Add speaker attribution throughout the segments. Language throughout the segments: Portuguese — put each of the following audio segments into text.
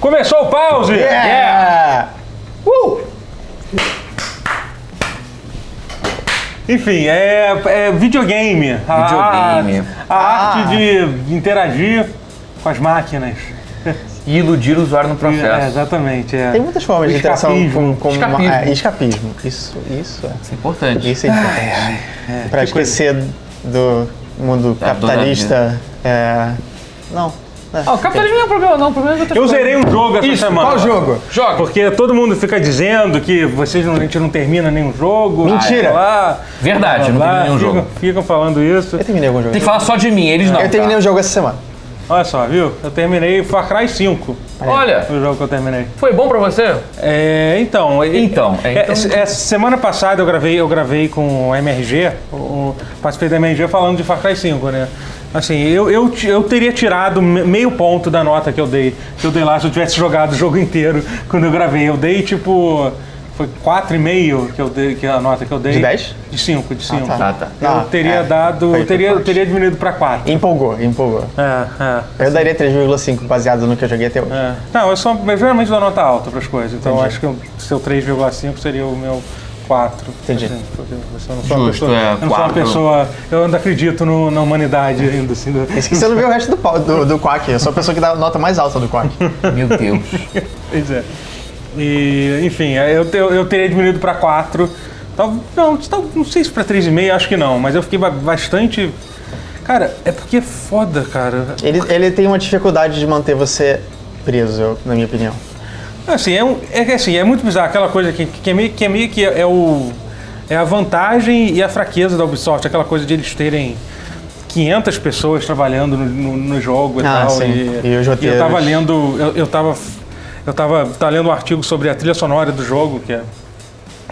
Speaker 1: Começou o pause!
Speaker 2: Yeah!
Speaker 1: Uh! Enfim, é, é videogame. A,
Speaker 2: Videogame.
Speaker 1: a arte de interagir com as máquinas.
Speaker 2: E iludir o usuário no
Speaker 1: É,
Speaker 2: processo.
Speaker 1: exatamente. É.
Speaker 3: Tem muitas formas de interação
Speaker 1: Escapismo.
Speaker 3: com, com
Speaker 2: Escapismo.
Speaker 3: é, escapismo. Isso, isso é.
Speaker 2: Isso é importante.
Speaker 3: Isso é importante. pra esquecer do mundo
Speaker 2: Da dor da
Speaker 3: capitalista. É, não. né?
Speaker 4: Ah, o capitalismo não é um problema, não. O problema é que
Speaker 1: Eu zerei um jogo essa
Speaker 3: Isso,
Speaker 1: semana.
Speaker 3: qual jogo?
Speaker 2: Joga.
Speaker 1: Porque todo mundo fica dizendo que vocês não, a gente não termina nenhum jogo.
Speaker 3: Mentira.
Speaker 1: sei Lá, blá,
Speaker 2: Verdade, não
Speaker 1: blá,
Speaker 2: termina nenhum
Speaker 1: ficam,
Speaker 2: jogo.
Speaker 1: Ficam falando isso.
Speaker 3: Eu terminei algum jogo.
Speaker 2: Tem que falar só de mim, eles não. Tá,
Speaker 3: Eu terminei um jogo essa semana.
Speaker 1: Olha só, viu? Eu terminei Far Cry 5,
Speaker 2: tá? Olha,
Speaker 1: o jogo que eu terminei.
Speaker 4: foi bom pra você?
Speaker 1: É, então, e-
Speaker 2: Então, é,
Speaker 1: é,
Speaker 2: então-
Speaker 1: se- é, semana passada eu gravei, eu gravei com o MRG, o, o- participei da MRG falando de Far Cry 5, né? Assim, eu, eu, ti- eu teria tirado me- meio ponto da nota que eu dei, que eu dei lá se eu tivesse jogado o jogo inteiro quando eu gravei. Eu dei tipo. Foi 4,5 que eu dei, que é a nota que eu dei.
Speaker 3: De 10?
Speaker 1: De 5, de 5.
Speaker 2: tá. Ah, tá.
Speaker 1: Eu
Speaker 3: Não,
Speaker 1: teria
Speaker 3: é,
Speaker 1: dado.
Speaker 3: foi
Speaker 1: Eu teria, eu
Speaker 3: forte.
Speaker 1: teria diminuído pra 4.
Speaker 3: Empolgou, empolgou.
Speaker 1: É, é.
Speaker 3: Eu daria 3,5 baseado no que eu joguei até hoje.
Speaker 1: É. Não, eu, sou, eu geralmente dou nota alta para as coisas, então eu acho que o seu 3,5 seria o meu 4.
Speaker 3: Entendi.
Speaker 1: porque eu não sou uma
Speaker 2: Justo,
Speaker 1: pessoa,
Speaker 2: é,
Speaker 1: eu não sou uma
Speaker 2: quatro.
Speaker 1: pessoa. Eu ainda acredito no- na humanidade ainda, assim. do-
Speaker 3: Isso que você não viu o resto do, pau- do, do Quack. Eu sou a pessoa que dá a nota mais alta do Quack.
Speaker 2: é, meu Deus.
Speaker 1: Pois é. E, enfim, eu, te- eu teria diminuído para 4. Tal, não, tal- não sei se para 3,5, acho que não, mas eu fiquei ba- bastante. Cara, é porque é foda, cara.
Speaker 3: Ele, ele tem uma dificuldade de manter você preso, eu- na minha opinião.
Speaker 1: Assim, é, um, é que assim, é muito bizarro aquela coisa que, que, é, meio, que é meio que é o. É a vantagem e a fraqueza da Ubisoft, aquela coisa de eles terem 500 pessoas trabalhando no, no- no jogo e
Speaker 3: Ah,
Speaker 1: tal.
Speaker 3: sim.
Speaker 1: E,
Speaker 3: E os
Speaker 1: eu
Speaker 3: roteiros.
Speaker 1: tava lendo. Eu, eu tava. Eu tava, tava lendo um artigo sobre a trilha sonora do jogo, que é.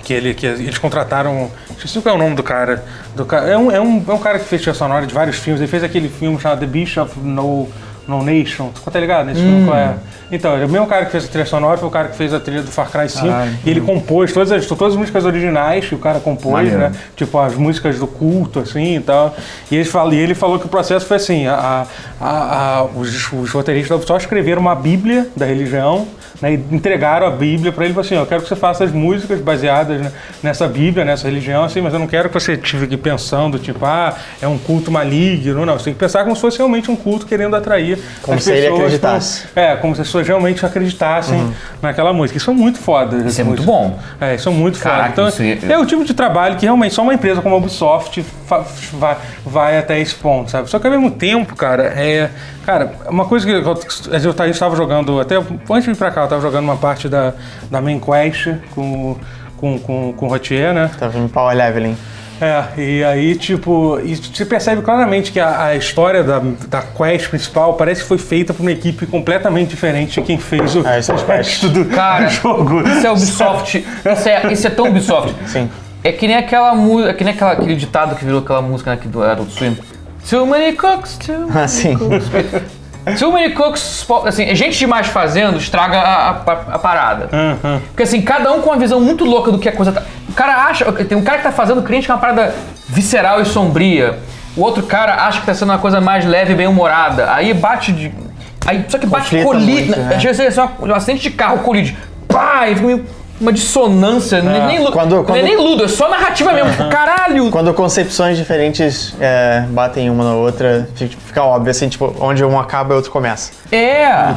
Speaker 1: Que, ele, que eles contrataram. Esqueci qual é o nome do cara. Do, ca- é, um, é, um, é um cara que fez trilha sonora de vários filmes. Ele fez aquele filme chamado The Bishop No, no Nation. Tu tá ligado nesse filme? Qual é? Então, ele é o mesmo cara que fez a trilha sonora, foi o cara que fez a trilha do Far Cry 5. e ele compôs todas as, todas as músicas originais que o cara compôs,
Speaker 2: Maneiro.
Speaker 1: né? Tipo, as músicas do culto, assim e tal. E, eles falam, e ele falou que o processo foi assim: a, a- a- a- os, os roteiristas da Ubisoft escreveram uma bíblia da religião, né, e entregaram a bíblia para ele e falou assim: ó, eu quero que você faça as músicas baseadas né, nessa bíblia, nessa religião, assim, mas eu não quero que você fique pensando, tipo, ah, é um culto maligno. Não, você tem que pensar como se fosse realmente um culto querendo atrair
Speaker 3: Como
Speaker 1: as
Speaker 3: se ele
Speaker 1: pessoas,
Speaker 3: acreditasse.
Speaker 1: como- é, como se as pessoas realmente acreditassem naquela música. Isso é muito foda.
Speaker 2: Isso
Speaker 1: essa
Speaker 2: é muito
Speaker 1: música.
Speaker 2: bom.
Speaker 1: É, isso é muito
Speaker 2: Caraca,
Speaker 1: foda. Então,
Speaker 2: isso é-
Speaker 1: é o tipo de trabalho que realmente só uma empresa como a Ubisoft fa- vai, vai até esse ponto, sabe? Só que ao mesmo tempo, cara, é. Cara, uma coisa que eu, eu, eu estava jogando, até antes de ir pra cá, eu estava jogando uma parte da, da Main Quest com, com, com, com o Rotier, né?
Speaker 3: Tá vendo power leveling.
Speaker 1: É, e aí, tipo, e você percebe claramente que a, a história da, da quest principal parece que foi feita por uma equipe completamente diferente de quem fez o,
Speaker 3: Ah, isso é
Speaker 1: o resto do,
Speaker 2: Cara,
Speaker 1: do jogo.
Speaker 2: Isso é Ubisoft. Isso é, isso é tão Ubisoft.
Speaker 3: Sim.
Speaker 2: É que nem aquela música. É que nem aquela, aquele ditado que virou aquela música né, que do Adult Swim. Too many cooks, too,
Speaker 3: Ah, sim.
Speaker 2: too many cooks. spo- Assim, é gente demais fazendo estraga a, a- a parada. Porque assim, cada um com uma visão muito louca do que a coisa tá. O cara acha. Tem um cara que tá fazendo cliente que é uma parada visceral e sombria. O outro cara acha que tá sendo uma coisa mais leve e bem-humorada. Aí bate de. Aí, só que bate
Speaker 3: Conflita
Speaker 2: colide.
Speaker 3: muito, né?
Speaker 2: Às vezes é um acidente de carro, colide. Pá! E fica meio uma dissonância. Não é nem, lu-
Speaker 3: Quando-
Speaker 2: não é
Speaker 3: quando-
Speaker 2: nem ludo, é só narrativa mesmo. Tipo, Caralho!
Speaker 3: Quando concepções diferentes é, batem uma na outra, fi- fica óbvio, assim, tipo, onde um acaba e outro começa.
Speaker 2: É!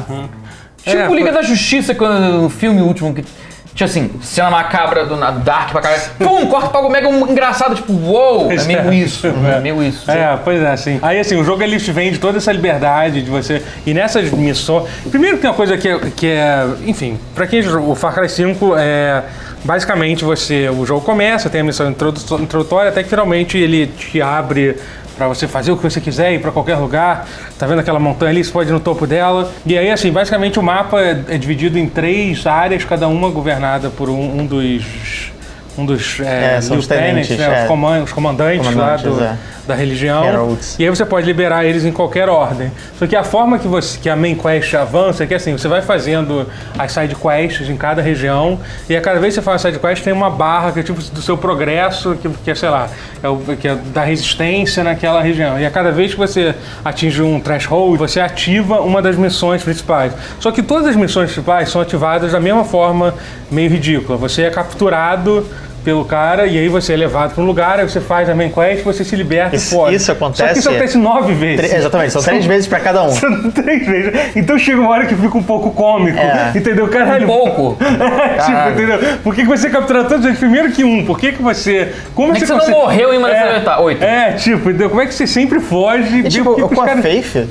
Speaker 2: Tipo
Speaker 1: É,
Speaker 2: Liga
Speaker 1: foi-
Speaker 2: da Justiça, quando no filme último que. Tinha assim, cena macabra do na- Dark pra caralho. Pum, corta pra algo mega engraçado, tipo, uou! É meio isso. É meio isso.
Speaker 1: É, pois é, assim. Aí, assim, o jogo ele te vende toda essa liberdade de você. E nessas missões. Primeiro tem uma coisa que é. Que é enfim, pra quem. jo- O Far Cry 5 é. Basicamente, você. O jogo começa, tem a missão introdu- introdutória, até que finalmente ele te abre. Pra você fazer o que você quiser, ir pra qualquer lugar. Tá vendo aquela montanha ali? Você pode ir no topo dela. E aí, assim, basicamente o mapa é é dividido em três áreas, cada uma governada por um, um dos um dos é,
Speaker 3: É, são
Speaker 1: lieutenants,
Speaker 3: os tenentes,
Speaker 1: né,
Speaker 3: é.
Speaker 1: os, coman- os comandantes,
Speaker 3: Comandantes,
Speaker 1: lá do-
Speaker 3: é.
Speaker 1: da religião.
Speaker 3: Heralds.
Speaker 1: E aí você pode liberar eles em qualquer ordem. Só que a forma que, você, que a main quest avança é que assim, você vai fazendo as side quests em cada região, e a cada vez que você faz uma side quest tem uma barra que é tipo do seu progresso, que, que é, sei lá, é o- que é da resistência naquela região. E a cada vez que você atinge um threshold, você ativa uma das missões principais. Só que todas as missões principais são ativadas da mesma forma meio ridícula. Você é capturado pelo cara e aí você é levado para um lugar, aí você faz a main quest, você se liberta
Speaker 3: Isso-
Speaker 1: e foge.
Speaker 3: isso acontece-
Speaker 1: Só que isso acontece nove vezes.
Speaker 3: Tre- exatamente, são três vezes pra cada um.
Speaker 1: São três vezes. Então chega uma hora que fica um pouco cômico.
Speaker 3: É.
Speaker 1: Entendeu? Caralho.
Speaker 2: Um pouco.
Speaker 1: tipo, entendeu? Por que, que você capturou tantos? vezes? Primeiro que um, por que, que você. Como
Speaker 2: é que você não
Speaker 1: consegue-
Speaker 2: morreu em uma dessas oita- oito?
Speaker 1: É, tipo, entendeu? Como é que você sempre foge?
Speaker 3: E,
Speaker 1: Por
Speaker 3: tipo,
Speaker 1: que que os
Speaker 3: com a
Speaker 1: caras-
Speaker 3: Faith,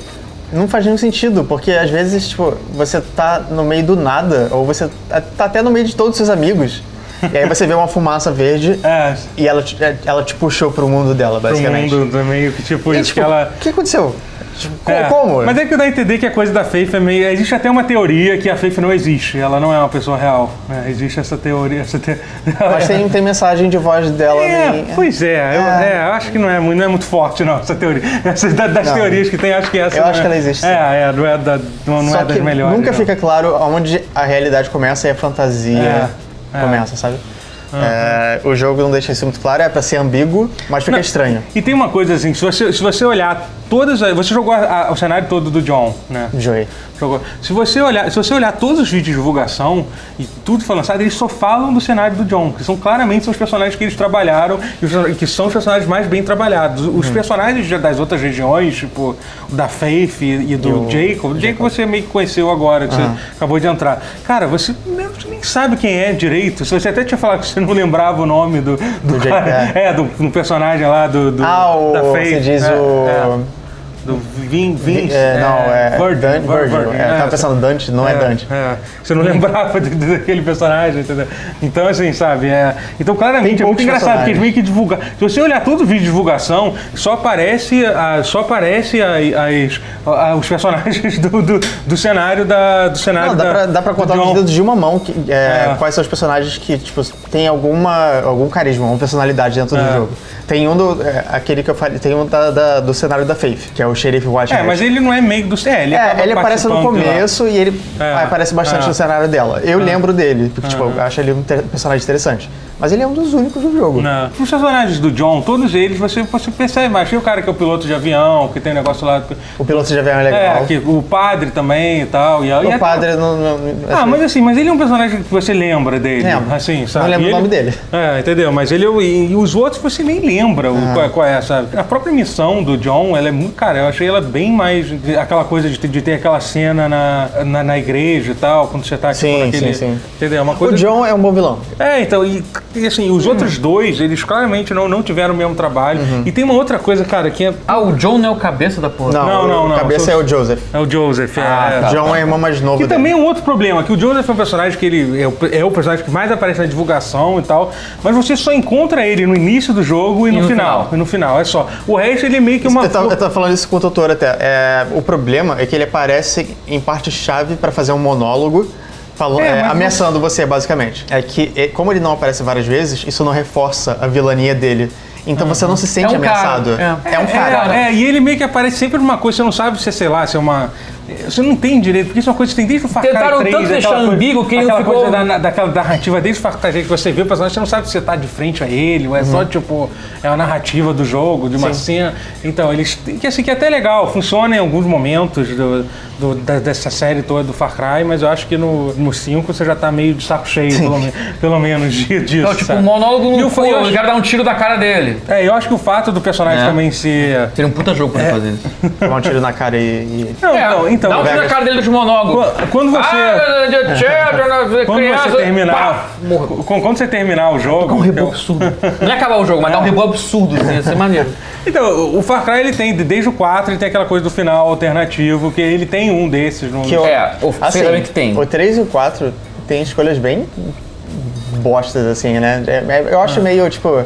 Speaker 3: não faz nenhum sentido, porque às vezes, tipo, você tá no meio do nada, ou você tá- tá até no meio de todos os seus amigos, e aí você vê uma fumaça verde
Speaker 1: É,
Speaker 3: e ela, te- ela te puxou pro mundo dela,
Speaker 1: pro
Speaker 3: basicamente.
Speaker 1: mundo meio que, tipo,
Speaker 3: E,
Speaker 1: isso
Speaker 3: tipo,
Speaker 1: que ela.
Speaker 3: O que aconteceu? Tipo, co-
Speaker 1: É,
Speaker 3: Como?
Speaker 1: Mas é que dá a entender que a coisa da Faith é meio. Existe até uma teoria que a Faith não existe, ela não é uma pessoa real. né? Existe essa teoria. Essa te...
Speaker 3: Mas tem, tem mensagem de voz dela.
Speaker 1: É,
Speaker 3: nem-
Speaker 1: pois é. Eu,
Speaker 3: É.
Speaker 1: é, eu acho que não é, muito- não é muito forte, não, essa teoria. Essas da- das
Speaker 3: Não.
Speaker 1: teorias que tem, acho que essa.
Speaker 3: Eu
Speaker 1: não
Speaker 3: acho
Speaker 1: é-
Speaker 3: que ela existe, sim.
Speaker 1: É, é, não é, da, não, não
Speaker 3: Só
Speaker 1: é das
Speaker 3: que
Speaker 1: melhores.
Speaker 3: nunca
Speaker 1: não.
Speaker 3: fica claro aonde a realidade começa e a fantasia
Speaker 1: É, é.
Speaker 3: começa, sabe? É, o jogo não deixa isso muito claro, é pra ser ambíguo, mas fica
Speaker 1: Não,
Speaker 3: estranho.
Speaker 1: E tem uma coisa assim, se você, se você olhar todas as. Você jogou a- a- o cenário todo do John, né?
Speaker 3: Joey.
Speaker 1: Jogou. Se você olhar, se você olhar todos os vídeos de divulgação e tudo que foi lançado, eles só falam do cenário do John, que são claramente são os personagens que eles trabalharam e os person- que são os personagens mais bem trabalhados. Os
Speaker 3: Hum.
Speaker 1: personagens de- das outras regiões, tipo o da Faith e, e do Jacob, o Jacob você meio que conheceu agora, que você acabou de entrar. Cara, você nem, você nem sabe quem é direito. Se Você até tinha falado que você não lembrava o nome do, do,
Speaker 3: Jacob,
Speaker 1: cara- é, do, do personagem lá do, do-
Speaker 3: Ah, o,
Speaker 1: da Faith.
Speaker 3: você diz
Speaker 1: É,
Speaker 3: o...
Speaker 1: é. Do Vin, Vin,
Speaker 3: É, não, é.
Speaker 1: Virgil,
Speaker 3: Dan- Virgil.
Speaker 1: Virgil,
Speaker 3: É, eu
Speaker 1: é.
Speaker 3: tava pensando Dante, não é, Dante.
Speaker 1: é. Você não lembrava de- de- daquele personagem, entendeu? Então, assim, sabe? é- Então, claramente,
Speaker 3: Tem
Speaker 1: é muito
Speaker 3: poucos
Speaker 1: engraçado, porque eles
Speaker 3: personagens.
Speaker 1: meio que divulgar. Se você olhar todo o vídeo de divulgação, só aparece, a- só aparece a- as- a- os personagens do, do, do cenário da. Do cenário
Speaker 3: Não, dá
Speaker 1: da,
Speaker 3: pra, dá pra
Speaker 1: do
Speaker 3: contar
Speaker 1: John.
Speaker 3: os dedos de uma mão que, é,
Speaker 1: É.
Speaker 3: quais são os personagens que, tipo, tem alguma, algum carisma, alguma personalidade dentro
Speaker 1: É.
Speaker 3: do jogo. Tem um do... é, aquele que eu falei, tem um da- da- do cenário da Faith, que é o xerife White
Speaker 1: É, mas ele não é meio do. É, ele, acaba
Speaker 3: É, ele aparece no
Speaker 1: participando de lá.
Speaker 3: começo e ele
Speaker 1: É,
Speaker 3: aparece bastante
Speaker 1: é.
Speaker 3: no cenário dela. Eu lembro dele, porque, tipo, eu acho ele um inter- personagem interessante. Mas ele é um dos únicos do jogo.
Speaker 1: Não. Os personagens do John, todos eles, você, você percebe mais. Tem o cara que é o piloto de avião, que tem um negócio lá.
Speaker 3: O piloto de avião é legal.
Speaker 1: É, que, o padre também e tal. E, e
Speaker 3: o padre não... não-
Speaker 1: Ah, mas assim, mas ele é um personagem que você lembra dele.
Speaker 3: Lembro.
Speaker 1: Assim,
Speaker 3: Não
Speaker 1: sabe?
Speaker 3: lembro
Speaker 1: E
Speaker 3: o
Speaker 1: ele-
Speaker 3: nome dele.
Speaker 1: É, entendeu? Mas ele é o- e, e os outros você nem lembra o-
Speaker 3: Ah.
Speaker 1: qual, é- qual é, sabe? A própria missão do John, ela é muito. Cara, eu achei ela bem mais. Aquela coisa de, ter- de ter aquela cena na, na, na igreja e tal, quando você tá tipo,
Speaker 3: Sim,
Speaker 1: naquele.
Speaker 3: sim, sim.
Speaker 1: Entendeu? Uma
Speaker 3: O
Speaker 1: coisa.
Speaker 3: John Hum. é um bom vilão.
Speaker 1: É, então, e, e assim, os outros dois, eles claramente não, não tiveram o mesmo trabalho.
Speaker 3: Uhum.
Speaker 1: E tem uma outra coisa, cara, que é.
Speaker 2: Ah, o John não é o cabeça da porra.
Speaker 3: Não,
Speaker 1: Não,
Speaker 3: o
Speaker 1: não, não,
Speaker 3: cabeça
Speaker 1: sou-
Speaker 3: é o Joseph.
Speaker 1: É o Joseph. é-
Speaker 2: Ah,
Speaker 1: é,
Speaker 2: tá.
Speaker 3: John é a irmã mais nova
Speaker 1: Que
Speaker 3: dele.
Speaker 1: também é um outro problema, que o Joseph é um personagem que ele é o, é o personagem que mais aparece na divulgação e tal, mas você só encontra ele no início do jogo e, no,
Speaker 2: no
Speaker 1: final,
Speaker 2: final.
Speaker 1: E no final, é só. O resto ele é meio que uma.
Speaker 3: Eu tava, eu tava falando isso com o doutor até. É, o problema é que ele aparece em parte-chave pra fazer um monólogo, falando,
Speaker 1: É,
Speaker 3: é,
Speaker 1: mas
Speaker 3: ameaçando você, basicamente. É que, é, como ele não aparece várias vezes, isso não reforça a vilania dele. Então você não se sente
Speaker 2: É um cara,
Speaker 3: ameaçado.
Speaker 2: é.
Speaker 3: É. um cara.
Speaker 1: É, é, e ele meio que aparece sempre numa coisa, você não sabe se é, sei lá, se é uma. Você não tem direito, porque isso é uma coisa que você tem desde o Far Cry
Speaker 2: Tentaram
Speaker 1: 3,
Speaker 2: tanto
Speaker 1: aquela
Speaker 2: deixar
Speaker 1: coisa-
Speaker 2: ambíguo que ele
Speaker 1: aquela
Speaker 2: ficou-
Speaker 1: coisa da, na- daquela narrativa desde o Far Cry 3 que você vê o personagem, você não sabe se você tá de frente a ele, ou é
Speaker 2: Uhum.
Speaker 1: só tipo. É uma narrativa do jogo, de uma cena. Então, eles. têm- Que assim, que é até legal, funciona em alguns momentos do, do- da- dessa série toda do Far Cry, mas eu acho que no, no 5 você já tá meio de saco cheio, pelo, me- pelo menos, de- disso.
Speaker 2: Não, tipo,
Speaker 1: sabe?
Speaker 2: um
Speaker 1: é.
Speaker 2: monólogo
Speaker 1: E eu
Speaker 2: no cu,
Speaker 1: fui- eu acho-
Speaker 2: o cara dá um tiro na cara dele.
Speaker 1: É, eu acho que o fato do personagem
Speaker 2: É.
Speaker 1: também ser.
Speaker 2: Seria um puta jogo pra ele fazer isso.
Speaker 3: Tomar um tiro na cara e. e-
Speaker 1: É. Não, então, então.
Speaker 2: dá um tiro na
Speaker 3: Vegas.
Speaker 2: cara dele dos monólogos.
Speaker 1: Qu- Quando você.
Speaker 2: Ah, de children,
Speaker 1: Quando
Speaker 2: criança,
Speaker 1: você terminar.
Speaker 2: pá, morreu. um
Speaker 1: qu- Quando você terminar o
Speaker 3: Tá
Speaker 1: jogo. eu-
Speaker 2: absurdo. Não ia acabar o jogo, mas dá um rebu absurdo, assim, ia ser maneiro.
Speaker 1: Então, o Far Cry ele tem, desde o 4, ele tem aquela coisa do final alternativo, que ele tem um desses no.
Speaker 3: Que eu- Assim,
Speaker 2: É, o- sei lá o que tem.
Speaker 3: O 3 e o 4 tem escolhas bem bostas, assim, né? É- é- Eu acho meio, tipo.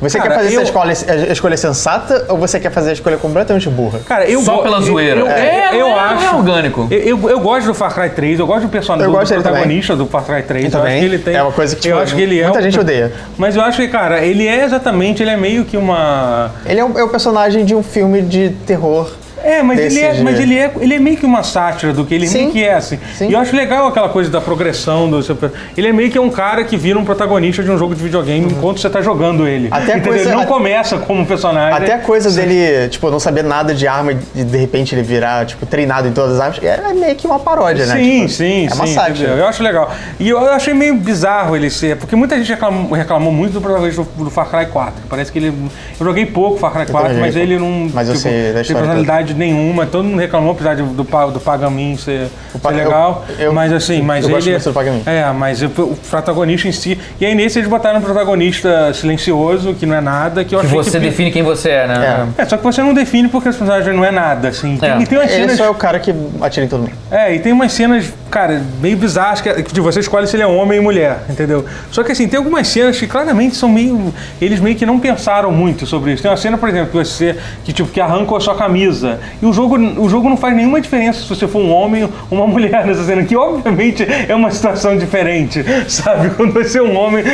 Speaker 3: Você
Speaker 1: Cara,
Speaker 3: quer fazer
Speaker 1: eu-
Speaker 3: essa escolha, a escolha sensata ou você quer fazer a escolha completamente burra?
Speaker 1: Cara, eu
Speaker 2: Só
Speaker 1: go-
Speaker 2: pela
Speaker 1: eu-
Speaker 2: zoeira.
Speaker 1: Eu,
Speaker 2: É,
Speaker 1: eu
Speaker 2: não é-
Speaker 1: acho.
Speaker 2: não é orgânico.
Speaker 1: Eu, eu, eu gosto do Far Cry 3, eu gosto do personagem
Speaker 3: Eu
Speaker 1: do
Speaker 3: gosto dele
Speaker 1: protagonista do Far Cry 3.
Speaker 3: Eu
Speaker 1: acho
Speaker 3: também.
Speaker 1: que ele tem.
Speaker 3: É uma coisa que, tipo,
Speaker 1: eu acho que ele é
Speaker 3: muita
Speaker 1: um-
Speaker 3: gente odeia.
Speaker 1: Mas eu acho que, cara, ele é exatamente, ele é meio que uma.
Speaker 3: Ele é o, é o personagem de um filme de terror.
Speaker 1: É, mas,
Speaker 3: desse
Speaker 1: ele é,
Speaker 3: jeito.
Speaker 1: mas ele, é, ele é meio que uma sátira do que ele
Speaker 3: Sim.
Speaker 1: meio que é, assim.
Speaker 3: Sim.
Speaker 1: E eu acho legal aquela coisa da progressão do seu. Ele é meio que um cara que vira um protagonista de um jogo de videogame enquanto você tá jogando ele.
Speaker 3: Uhum. Até a
Speaker 1: Entendeu?
Speaker 3: coisa-
Speaker 1: ele não
Speaker 3: a-
Speaker 1: começa como um personagem.
Speaker 3: Até a coisa dele, tipo, não saber nada de arma e de repente ele virar, tipo, treinado em todas as armas, é meio que uma paródia, né?
Speaker 1: Sim,
Speaker 3: Tipo,
Speaker 1: sim,
Speaker 3: É uma
Speaker 1: sim,
Speaker 3: sátira.
Speaker 1: entendeu? Eu acho legal. E eu, eu achei meio bizarro ele ser, porque muita gente reclamou, reclamou muito do protagonista do, do Far Cry 4. que Parece que ele. Eu joguei pouco Far Cry 4,
Speaker 3: joguei
Speaker 1: mas
Speaker 3: pouco.
Speaker 1: ele não tipo,
Speaker 3: Mas eu sei da
Speaker 1: tem
Speaker 3: história
Speaker 1: personalidade nenhuma. Todo mundo reclamou, apesar de- do, pa- do Pagamin ser,
Speaker 3: Pa-
Speaker 1: ser legal.
Speaker 3: eu- eu-
Speaker 1: mas assim, mas
Speaker 3: eu
Speaker 1: ele.
Speaker 3: gosto muito do Pagamin.
Speaker 1: É, mas eu- o protagonista em si. E aí nesse eles botaram um protagonista silencioso, que não é nada, que eu
Speaker 2: Que
Speaker 1: achei
Speaker 2: você
Speaker 1: que.
Speaker 2: define quem você é, né?
Speaker 1: É, só que você não define porque esse personagem não é nada, assim.
Speaker 2: É.
Speaker 1: E tem umas
Speaker 3: Ele
Speaker 1: cenas
Speaker 3: só é o cara que atira em todo mundo.
Speaker 1: é, e tem umas cenas, cara, meio bizarras que que você escolhe se ele é homem ou mulher, entendeu? Só que assim, tem algumas cenas que claramente são meio. Eles meio que não pensaram muito sobre isso. Tem uma cena, por exemplo, que você que, tipo, que arranca a sua camisa. E o jogo, o jogo não faz nenhuma diferença se você for um homem ou uma mulher nessa cena, que obviamente é uma situação diferente, sabe? Quando você é um homem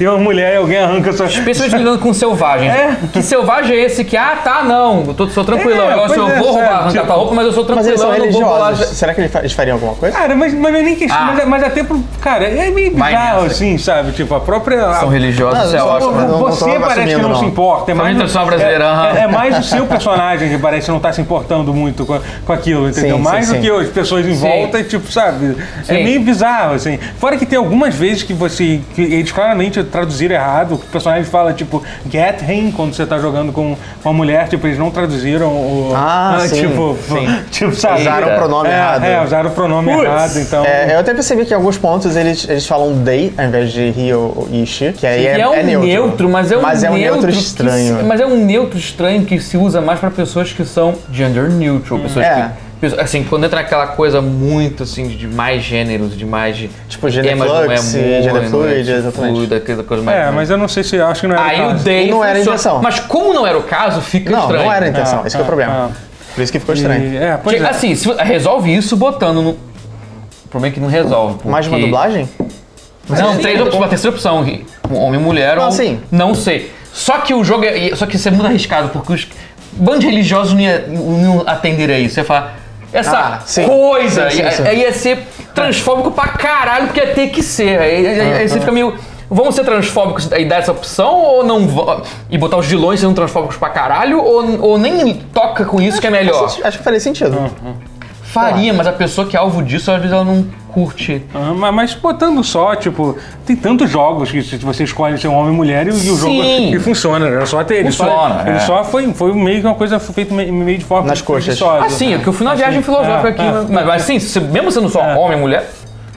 Speaker 1: e uma mulher e alguém arranca a sua
Speaker 3: É.
Speaker 2: Principalmente lidando com selvagens.
Speaker 1: É.
Speaker 2: Que selvagem é esse que, ah, tá, não, eu tô, sou tranquilão.
Speaker 1: É,
Speaker 2: Agora, se eu
Speaker 1: pois é,
Speaker 2: vou roubar,
Speaker 1: sabe,
Speaker 2: arrancar
Speaker 1: tipo-
Speaker 2: tua roupa, mas eu sou
Speaker 3: Mas
Speaker 2: tranquilão,
Speaker 3: eles são
Speaker 2: eu não vou bolar...
Speaker 3: religiosos. Será que ele fa- eles fariam alguma coisa?
Speaker 1: Cara, mas, mas não é nem questão,
Speaker 2: Ah.
Speaker 1: mas, é- mas até pro. Cara, é meio
Speaker 2: Vai
Speaker 1: bizarro,
Speaker 2: nessa.
Speaker 1: assim, sabe? Tipo, a própria.
Speaker 2: São
Speaker 1: a-
Speaker 2: religiosos,
Speaker 3: Não,
Speaker 2: isso é
Speaker 3: eu sou-
Speaker 2: ótimo.
Speaker 3: eu não- não
Speaker 1: você
Speaker 3: tava
Speaker 1: parece que
Speaker 3: assumindo,
Speaker 1: não,
Speaker 3: não.
Speaker 1: se importa. É
Speaker 2: Só
Speaker 1: mais,
Speaker 2: muita só brasileira,
Speaker 1: é-
Speaker 2: aham.
Speaker 1: é- é mais o seu personagem que parece não estar se importando muito com, com aquilo, entendeu?
Speaker 3: Sim,
Speaker 1: mais
Speaker 3: sim,
Speaker 1: do
Speaker 3: sim.
Speaker 1: que as pessoas em volta, tipo, sabe? É
Speaker 2: Sim.
Speaker 1: meio bizarro, assim. Fora que tem algumas vezes que você. que eles claramente traduziram errado. O personagem fala, tipo, get him quando você tá jogando com uma mulher, tipo, eles não traduziram o.
Speaker 3: Ah, sim,
Speaker 1: tipo,
Speaker 3: sim.
Speaker 1: tipo, sabe?
Speaker 3: Usaram o pronome
Speaker 1: é,
Speaker 3: errado.
Speaker 1: É, usaram o pronome errado, então.
Speaker 3: É, eu até percebi que em alguns pontos eles, eles falam they ao invés de he ou ou ishi, que aí
Speaker 2: Que
Speaker 3: é,
Speaker 2: é, um
Speaker 3: é
Speaker 2: neutro, mas é um
Speaker 3: Mas é um neutro
Speaker 2: que
Speaker 3: estranho.
Speaker 2: se- mas é um neutro estranho que se usa mais pra pessoas que são gender neutral, pessoas
Speaker 3: É.
Speaker 2: que pessoas- assim, quando entra aquela coisa muito assim de- de mais gêneros, de mais de
Speaker 3: Tipo, gender
Speaker 2: é, mas não
Speaker 3: flux,
Speaker 2: é
Speaker 3: gender
Speaker 2: não é
Speaker 3: fluid,
Speaker 2: tipo
Speaker 3: exatamente.
Speaker 2: fluido, aquela coisa mais
Speaker 1: É, mas eu não sei se acho que não era.
Speaker 2: Aí
Speaker 1: o
Speaker 2: o
Speaker 1: caso.
Speaker 2: day
Speaker 3: não era a
Speaker 2: funciona.
Speaker 3: intenção.
Speaker 2: Mas como não era o caso, fica
Speaker 3: Não,
Speaker 2: estranho.
Speaker 3: não era a intenção,
Speaker 1: Ah,
Speaker 3: esse que é o
Speaker 1: ah,
Speaker 3: problema. Por isso que ficou estranho.
Speaker 1: E- é, pois
Speaker 2: Tinha-
Speaker 1: é.
Speaker 2: Assim, se- resolve isso botando no o problema é que não resolve.
Speaker 3: Mais uma
Speaker 2: porque-
Speaker 3: dublagem?
Speaker 2: Não,
Speaker 3: Sim,
Speaker 2: três
Speaker 3: eu-
Speaker 2: opções, uma terceira opção, que um homem e mulher
Speaker 3: Não,
Speaker 2: ou
Speaker 3: sim.
Speaker 2: não sei. Só que o jogo é, só que isso é muito arriscado porque os bandos religiosos não, ia, não atender a isso. Você fala
Speaker 3: Ah,
Speaker 2: essa
Speaker 3: sim.
Speaker 2: coisa
Speaker 3: Sim, sim,
Speaker 2: ia-
Speaker 3: sim.
Speaker 2: aí ia ser transfóbico pra caralho porque ia ter que ser. Aí, aí- aí
Speaker 3: Ah,
Speaker 2: você fica meio Vamos ser transfóbicos e dar essa opção ou não va- E botar os vilões sendo transfóbicos pra caralho ou, ou nem toca com isso que é melhor?
Speaker 3: Acho, acho que faria sentido.
Speaker 2: Faria, mas a pessoa que é alvo disso, às vezes ela não curte.
Speaker 1: Ah, ma- Mas botando só, tipo, tem tantos jogos que se- você escolhe ser um homem e mulher e, o- e o jogo
Speaker 2: Sim.
Speaker 1: e funciona. né? Só ter, ele só,
Speaker 2: Funciona,
Speaker 1: ele
Speaker 2: é.
Speaker 1: só foi, foi meio que uma coisa feita me- meio de forma
Speaker 3: Nas coxas.
Speaker 1: preguiçosa.
Speaker 2: Ah, sim, é que eu fui numa viagem filosófica
Speaker 1: é,
Speaker 2: aqui.
Speaker 1: é.
Speaker 2: né? mas, mas sim, se- mesmo sendo só homem e mulher,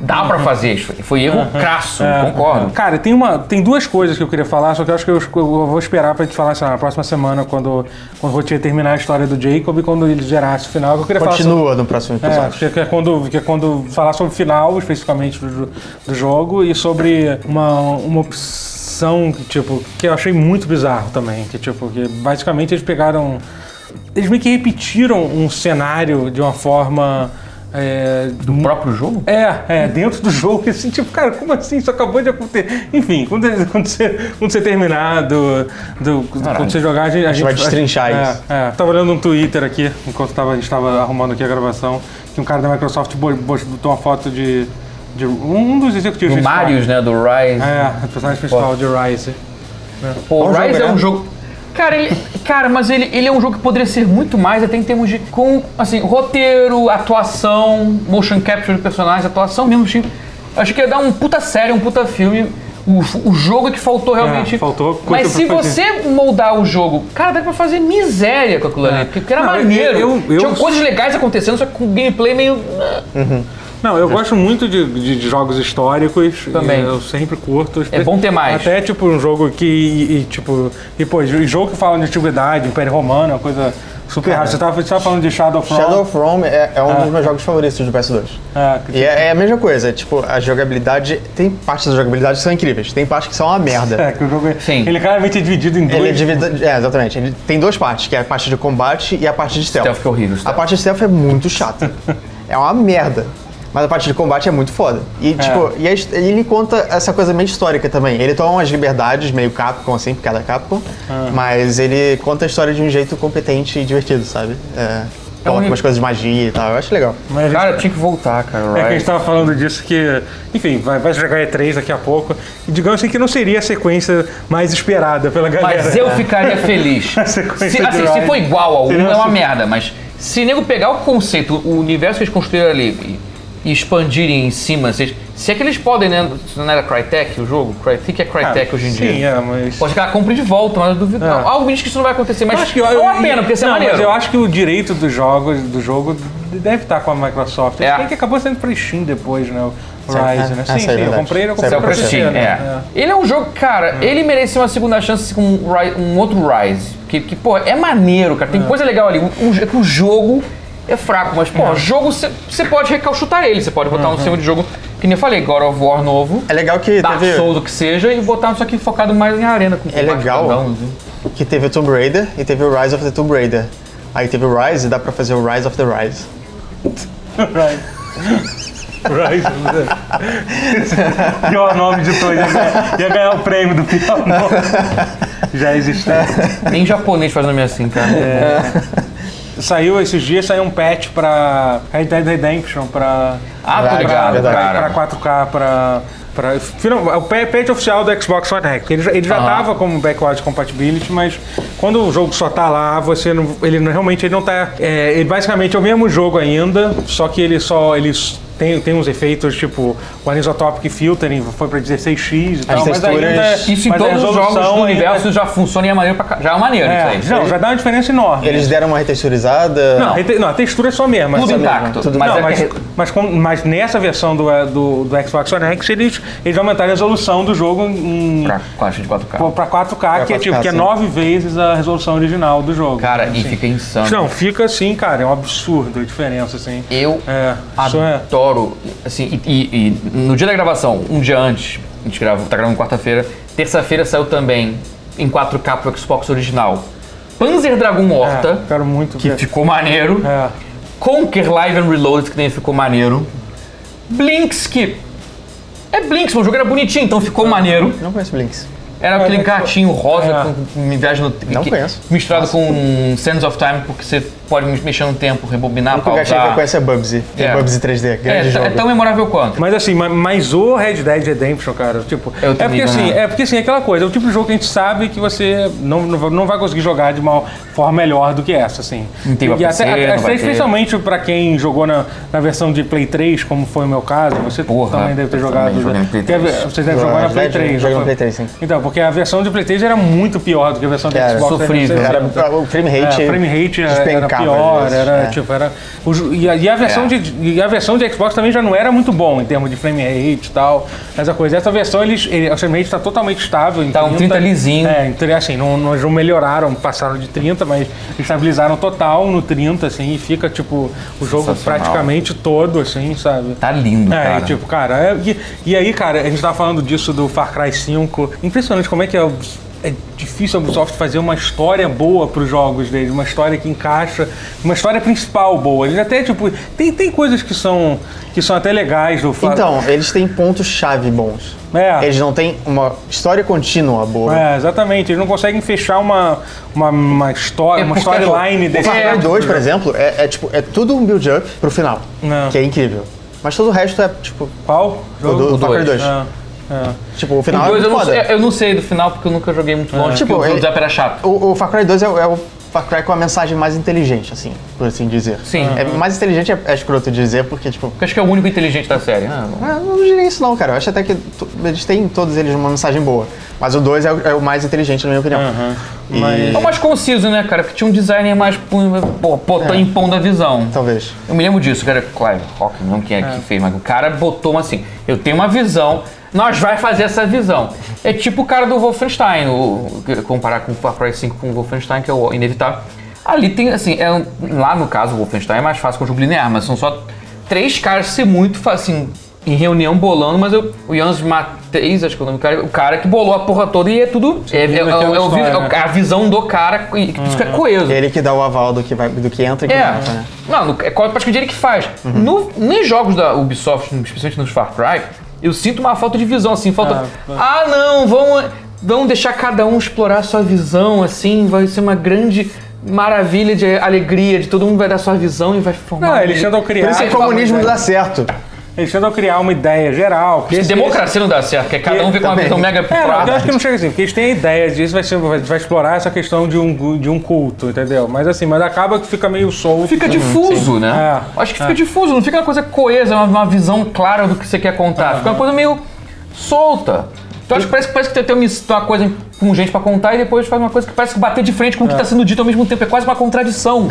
Speaker 2: dá
Speaker 1: Uhum.
Speaker 2: pra fazer. isso. Foi erro crasso,
Speaker 1: É.
Speaker 2: concordo.
Speaker 1: Cara, tem, uma, tem duas coisas que eu queria falar, só que eu acho que eu, eu vou esperar pra te falar, sei lá, na próxima semana, quando, quando o Rotier terminar a história do Jacob e quando ele zerasse o final, que eu queria falar. sobre-
Speaker 3: Continua no próximo
Speaker 1: É,
Speaker 3: episódio.
Speaker 1: que, que é quando, que é quando falar sobre o final, especificamente do, jo- do jogo, e sobre uma, uma opção que, tipo, que eu achei muito bizarro também. Que, tipo, que basicamente eles pegaram. Eles meio que repetiram um cenário de uma forma. É,
Speaker 2: O próprio jogo?
Speaker 1: é, é, dentro do jogo, assim, tipo, cara, como assim? Isso acabou de acontecer. Enfim, quando, quando, você, quando você terminar do. do- quando você jogar, a gente. A gente
Speaker 3: vai destrinchar
Speaker 1: é,
Speaker 3: isso.
Speaker 1: É, tava olhando um Twitter aqui, enquanto tava, a gente tava arrumando aqui a gravação, que um cara da Microsoft bo- botou uma foto de. de um dos executivos.
Speaker 2: Do
Speaker 1: principais.
Speaker 2: Marios, né? Do Rise.
Speaker 1: É, o personagem principal de Rise.
Speaker 2: Pô, o
Speaker 3: Bom
Speaker 2: Rise
Speaker 3: jogo,
Speaker 2: é
Speaker 3: né?
Speaker 2: um jogo. Cara, ele, cara, mas ele, ele é um jogo que poderia ser muito mais, até em termos de. com, assim, roteiro, atuação, motion capture de personagens, atuação mesmo. Tipo, acho que ia dar um puta série, um puta filme. O, o jogo é que faltou realmente.
Speaker 1: É, faltou coisa
Speaker 2: Mas
Speaker 1: pra
Speaker 2: se
Speaker 1: fazer.
Speaker 2: você moldar o jogo, cara, dá pra fazer miséria com aquilo ali. Porque era
Speaker 1: É. Não, eu-
Speaker 2: maneiro.
Speaker 1: eu- eu-
Speaker 2: Tinha coisas legais acontecendo, só que com gameplay meio.
Speaker 1: Não, eu gosto muito de, de- de jogos históricos.
Speaker 2: Também.
Speaker 1: e Eu sempre curto.
Speaker 2: É bom ter mais.
Speaker 1: Até tipo um jogo que. e, tipo. E, pô, e jogo que fala de antiguidade, Império Romano, é uma coisa Super rápido. Você tava, você tava falando de Shadow of
Speaker 3: Shadow
Speaker 1: Rome.
Speaker 3: of Rome é, é um
Speaker 1: Ah.
Speaker 3: dos meus jogos favoritos do PS2.
Speaker 1: Ah, que-
Speaker 3: E é, é a mesma coisa, tipo, a jogabilidade. Tem partes da jogabilidade que são incríveis, tem partes que são uma merda.
Speaker 1: É, que o jogo é-
Speaker 2: Sim.
Speaker 1: Ele claramente é dividido em
Speaker 3: Ele é,
Speaker 1: dois.
Speaker 3: dividi- é, exatamente. Ele tem duas partes, que é a parte de combate e a parte de stealth.
Speaker 2: Stealth que é horrível,
Speaker 3: A
Speaker 2: stealth.
Speaker 3: parte de stealth é muito chata. é uma merda. Mas a parte de combate é muito foda. E, tipo, e a his- ele conta essa coisa meio histórica também. Ele toma umas liberdades, meio Capcom, assim, porque é da Capcom. Mas ele conta a história de um jeito competente e divertido, sabe? É, coloca
Speaker 2: um-
Speaker 3: umas coisas de magia e tal. Eu acho legal.
Speaker 1: Mas a gente-
Speaker 2: Cara, eu tinha que voltar, cara.
Speaker 1: É que a
Speaker 2: Right.
Speaker 1: gente tava falando disso que, enfim, vai, vai chegar E3 daqui a pouco. E digamos assim que não seria a sequência mais esperada pela galera. É.
Speaker 2: Mas eu ficaria feliz.
Speaker 1: A sequência
Speaker 2: se,
Speaker 1: de
Speaker 2: assim, se
Speaker 1: Ride.
Speaker 2: for igual ao 1,
Speaker 1: Seria
Speaker 2: é uma
Speaker 1: assim.
Speaker 2: merda, mas se nego pegar o conceito, o universo que eles construíram ali e, e expandirem em cima, se, eles- se é que eles podem, né? Não era Crytek o jogo? Cry- O que que é
Speaker 1: Ah,
Speaker 2: Crytek hoje em dia?
Speaker 1: Sim, é, mas.
Speaker 2: Pode ficar compra de volta, mas eu duvido.
Speaker 1: É.
Speaker 2: Algo me diz que isso não vai acontecer, mas
Speaker 1: Eu
Speaker 2: acho que vale a pena, porque isso é
Speaker 1: não,
Speaker 2: maneiro.
Speaker 1: Mas eu acho que o direito do jogo, do jogo deve estar com a Microsoft.
Speaker 2: É.
Speaker 1: Acho que acabou sendo pra Steam depois, né? O Rise, né?
Speaker 3: Ah,
Speaker 1: Sim,
Speaker 3: isso é
Speaker 1: sim, eu
Speaker 3: verdade.
Speaker 1: comprei, eu
Speaker 3: Isso é
Speaker 1: comprei pra
Speaker 3: pra Steam,
Speaker 1: você.
Speaker 2: Sim,
Speaker 1: né?
Speaker 2: é. Ele é um jogo, cara, ele merecia uma segunda chance com um, Ri- um outro Rise. Que, que, pô, é maneiro, cara. Tem coisa legal ali. O, o- é que o jogo é fraco, mas, pô, jogo você pode recalchutar ele. Você pode botar um sistema de jogo, que nem eu falei, God of War novo,
Speaker 3: É legal que
Speaker 2: Dark
Speaker 3: teve,
Speaker 2: Souls, o que seja, e botar isso aqui focado mais em arena. Com
Speaker 3: É
Speaker 2: mais
Speaker 3: legal.
Speaker 2: padrão.
Speaker 3: que teve o Tomb Raider e teve o Rise of the Tomb Raider. Aí teve o Rise e dá pra fazer o Rise of the Rise.
Speaker 1: É. Rise. pior nome de todos. Ia ganhar, ia ganhar o prêmio do pior nome. Já existente.
Speaker 2: Nem japonês faz nome assim, cara.
Speaker 1: Saiu esses dias, saiu um patch pra Red Dead Redemption pra.
Speaker 2: Ah, tô
Speaker 1: pra-
Speaker 2: ligado,
Speaker 1: pra,
Speaker 2: cara.
Speaker 1: pra 4K, pra. pra final, é o pa- patch oficial do Xbox One X. Ele, já- ele já
Speaker 2: Aham.
Speaker 1: tava como backward compatibility, mas quando o jogo só tá lá, você não, ele não- realmente ele não tá. É, ele basicamente é o mesmo jogo ainda, só que ele só. Ele s- tem, tem uns efeitos tipo o anisotopic filtering foi pra 16x e tal, mas
Speaker 3: texturas-
Speaker 1: ainda
Speaker 2: Isso em
Speaker 1: mas é, a
Speaker 2: todos os jogos
Speaker 1: resolução ainda-
Speaker 2: do universo já funciona e é maneiro pra ca- Já é maneiro
Speaker 1: É,
Speaker 2: isso aí.
Speaker 1: não, já dá uma diferença enorme.
Speaker 3: Eles deram uma retexturizada.
Speaker 1: Não, rete- não, a textura é só mesmo.
Speaker 2: Tudo
Speaker 1: é só
Speaker 2: intacto,
Speaker 1: mesmo.
Speaker 2: mas
Speaker 1: Não,
Speaker 2: é
Speaker 1: mas,
Speaker 2: que-
Speaker 1: mas com- mas nessa versão do, eh, do, do Xbox One X, eles, eles aumentaram a resolução do jogo em,
Speaker 2: Pra caixa de 4K.
Speaker 1: pra 4K, que, é,
Speaker 3: 4K,
Speaker 1: tipo, que é
Speaker 3: sim.
Speaker 1: nove vezes a resolução original do jogo.
Speaker 2: Cara, e
Speaker 1: Assim.
Speaker 2: fica insano.
Speaker 1: Não, fica assim, cara, é um absurdo a diferença, assim.
Speaker 2: Eu
Speaker 1: É, isso é...
Speaker 2: adoro. Assim, e, e- e no dia da gravação, um dia antes, a gente grava, tá gravando quarta-feira, terça-feira saiu também em 4K pro Xbox original. Panzer
Speaker 1: é,
Speaker 2: Dragon Horta,
Speaker 1: quero muito
Speaker 2: que
Speaker 1: ver.
Speaker 2: ficou maneiro.
Speaker 1: É.
Speaker 2: Conquer Live and Reloaded, que também ficou maneiro. Blinks, que. É Blinks, mas o jogo era bonitinho, então ficou maneiro.
Speaker 3: Não conheço Blinks.
Speaker 2: Era aquele
Speaker 1: mas-
Speaker 2: gatinho rosa
Speaker 1: É.
Speaker 2: com, com viagem no tempo.
Speaker 3: Não conheço.
Speaker 2: Misturado com Sands of Time, porque você pode mexer no tempo, rebobinar,
Speaker 3: O gatinho que eu
Speaker 2: pausar.
Speaker 3: conheço é Bubsy. Tem
Speaker 2: É.
Speaker 3: Bubsy 3D, grande
Speaker 2: É, t-
Speaker 3: jogo.
Speaker 2: é tão memorável quanto.
Speaker 1: Mas assim, ma- mas o Red Dead Redemption, cara, tipo,
Speaker 2: É
Speaker 1: é,
Speaker 2: outro
Speaker 1: porque
Speaker 2: nível,
Speaker 1: assim,
Speaker 2: né?
Speaker 1: é porque assim, é aquela coisa, é o tipo de jogo que a gente sabe que você não, não, va- não vai conseguir jogar de uma forma melhor do que essa, assim.
Speaker 2: Não tem pra
Speaker 1: e até,
Speaker 2: PC,
Speaker 1: até-
Speaker 2: não vai ter.
Speaker 1: especialmente pra quem jogou na, na versão de Play 3, como foi o meu caso, você
Speaker 2: Porra,
Speaker 1: também deve ter
Speaker 2: eu
Speaker 1: jogado.
Speaker 2: também joguei no Play
Speaker 1: Porque a ve-
Speaker 2: 3.
Speaker 1: Vocês devem jogar na Play 3.
Speaker 3: Joguei
Speaker 1: não
Speaker 3: no
Speaker 1: foi?
Speaker 3: Play 3, sim.
Speaker 1: Então, porque a versão de Play 3 era muito pior do que a versão de
Speaker 3: Era
Speaker 1: Xbox. né?
Speaker 2: sofrível.
Speaker 1: Você-
Speaker 3: Era, o frame rate,
Speaker 1: é, frame rate era, era
Speaker 3: despencava
Speaker 1: pior,
Speaker 3: às vezes,
Speaker 1: era
Speaker 3: é.
Speaker 1: tipo, era. o ju- e, a, e a versão
Speaker 2: É.
Speaker 1: de, e a versão de Xbox também já não era muito bom em termos de frame rate e tal. Essa coisa. Essa versão, eles, ele, o frame rate está totalmente estável. Em
Speaker 2: Tá um 30 lisinho.
Speaker 1: É, em tri- assim, não, não, não melhoraram, passaram de 30, mas estabilizaram total no 30, assim, e fica, tipo, o jogo
Speaker 2: Sensacional.
Speaker 1: praticamente todo, assim, sabe?
Speaker 2: Tá lindo,
Speaker 1: É,
Speaker 2: cara.
Speaker 1: e tipo, cara, é- e, e aí, cara, a gente tava falando disso do Far Cry 5. Impressionante como é que é, é difícil a Ubisoft fazer uma história boa pros jogos deles, uma história que encaixa, uma história principal boa. Eles até, tipo, tem, tem coisas que são, que são até legais do Far
Speaker 3: Então, eles têm pontos-chave bons.
Speaker 1: É.
Speaker 3: Eles não têm uma história contínua boa.
Speaker 1: É, exatamente, eles não conseguem fechar uma, uma, uma história,
Speaker 2: É
Speaker 1: uma
Speaker 2: porque
Speaker 1: storyline
Speaker 3: O
Speaker 1: desse
Speaker 3: Far Cry
Speaker 1: tipo.
Speaker 3: 2, por exemplo, é, é tipo, é tudo um build-up pro final,
Speaker 1: É.
Speaker 3: que é incrível. Mas todo o resto é, tipo,
Speaker 1: Qual?
Speaker 3: o do, do Far Cry 2.
Speaker 2: dois.
Speaker 1: É, é.
Speaker 3: Tipo, o final
Speaker 2: Os dois
Speaker 3: é
Speaker 2: eu,
Speaker 3: muito
Speaker 2: não,
Speaker 3: foda.
Speaker 2: sei- eu não sei do final porque eu nunca joguei muito longe.
Speaker 3: Tipo,
Speaker 2: Tipo, o
Speaker 3: ele-
Speaker 2: Zap era chato.
Speaker 3: O, o Far Cry 2 é, o- é o Far Cry com a mensagem mais inteligente, assim, por assim dizer.
Speaker 2: Sim.
Speaker 3: É, mais inteligente é, é escroto dizer, porque, tipo,
Speaker 2: Eu acho que é o único inteligente da série. Ah, não.
Speaker 3: Ah, eu não diria isso não, cara. Eu acho até que to- eles têm todos eles uma mensagem boa. Mas o 2 é, o- é o mais inteligente, na minha opinião. E-
Speaker 1: mas-
Speaker 2: É o mais conciso, né, cara? Porque tinha um designer mais pô, pô,
Speaker 3: É.
Speaker 2: pô, tá impondo a visão.
Speaker 3: Talvez.
Speaker 2: Eu me lembro disso, cara. Clive Rock, não quem é, que fez, mas o cara botou uma assim: eu tenho uma visão, nós vai fazer essa visão. É tipo o cara do Wolfenstein, o, comparar com o Far Cry 5 com o Wolfenstein, que é o inevitável. Ali tem, assim, é um- lá no caso, o Wolfenstein é mais fácil com o jogo linear, mas são só três caras se muito, fa- assim, em reunião bolando, mas eu, o Jans Mateis, acho que é o nome do cara, o cara que bolou a porra toda e é tudo. É, é- é- é-
Speaker 1: aquela
Speaker 2: é o vi-
Speaker 1: história,
Speaker 2: é o-
Speaker 1: né?
Speaker 2: a visão do cara, e- que fica coeso.
Speaker 3: É Ele que dá o aval do que, vai, do que entra e que
Speaker 2: É.
Speaker 3: não entra, né?
Speaker 2: Não, no, é qual- praticamente ele que faz.
Speaker 1: Uhum.
Speaker 2: No, nos jogos da Ubisoft, especialmente nos Far Cry, eu sinto uma falta de visão, assim, falta. Ah, não, vão, vão deixar cada um explorar a sua visão, assim, vai ser uma grande maravilha de alegria, de todo mundo vai dar sua visão e vai formar. um
Speaker 1: Não,
Speaker 2: uma-
Speaker 1: eles tentam criar.
Speaker 3: Por isso que o
Speaker 2: ele fala
Speaker 3: comunismo
Speaker 1: muito,
Speaker 3: dá certo.
Speaker 1: Eles tentam criar uma ideia geral. porque
Speaker 2: Porque
Speaker 1: esse-
Speaker 2: é democracia não dá certo, porque cada um vem com uma
Speaker 3: Também.
Speaker 2: visão mega
Speaker 1: É, não, eu
Speaker 2: picada.
Speaker 1: acho que não chega assim, porque eles têm a ideia disso, vai, ser, vai, vai explorar essa questão de um, de um culto, entendeu? Mas assim, mas acaba que fica meio solto.
Speaker 2: Fica difuso, né?
Speaker 1: É.
Speaker 2: Acho que fica difuso, não fica uma coisa coesa, uma, uma visão clara do que você quer contar. Fica uma coisa meio solta. Então acho que parece, que- parece que tem- tem uma, his- uma coisa com gente pra contar e depois faz uma coisa que parece que bater de frente com o que tá sendo dito ao mesmo tempo. É quase uma contradição.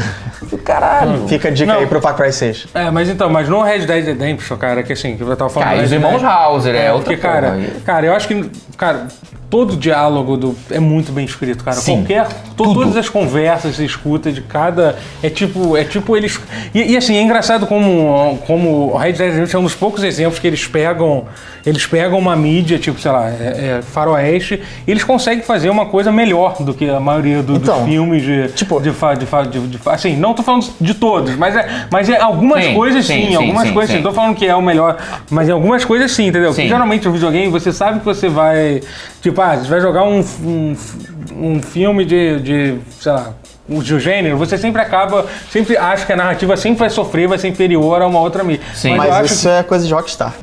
Speaker 2: Caralho.
Speaker 3: Fica a dica
Speaker 1: Hum. Não.
Speaker 3: aí pro Far Cry 6.
Speaker 1: É, mas então, mas no Red Dead Redemption, cara, que assim, que eu tava falando.
Speaker 2: Cara,
Speaker 1: Red
Speaker 2: os irmãos
Speaker 1: Dead-
Speaker 2: Hauser, é, outra
Speaker 1: porque, cara,
Speaker 2: porra.
Speaker 1: cara, eu acho que, cara, todo diálogo do, é muito bem escrito, cara.
Speaker 2: Sim.
Speaker 1: Qualquer, to-
Speaker 2: Tudo.
Speaker 1: todas as conversas e escuta de cada, é tipo, é tipo eles, e, e, assim, é engraçado como, como o Red Dead Redemption é um dos poucos exemplos que eles pegam, eles pegam uma mídia, tipo, sei lá, é, é, faroeste, e eles conseguem fazer uma coisa melhor do que a maioria do-
Speaker 3: Então,
Speaker 1: dos filmes de,
Speaker 3: tipo-
Speaker 1: de, fa- de, fa- de, de, fa- assim, não tô falando de todos, mas é, mas é algumas
Speaker 2: Sim,
Speaker 1: coisas sim,
Speaker 2: sim, sim,
Speaker 1: algumas
Speaker 2: sim,
Speaker 1: coisas sim.
Speaker 2: sim.
Speaker 1: Tô tô falando que é o melhor, mas em algumas coisas sim, entendeu?
Speaker 2: Sim.
Speaker 1: Porque geralmente o videogame você sabe que você vai. Tipo, ah, você vai jogar um, um, um filme de, de. sei lá. um De um gênero, você sempre acaba, sempre acha que a narrativa sempre vai sofrer, vai ser inferior a uma outra mídia.
Speaker 2: Sim.
Speaker 1: mas,
Speaker 3: Mas
Speaker 1: eu acho
Speaker 3: isso é coisa de Rockstar.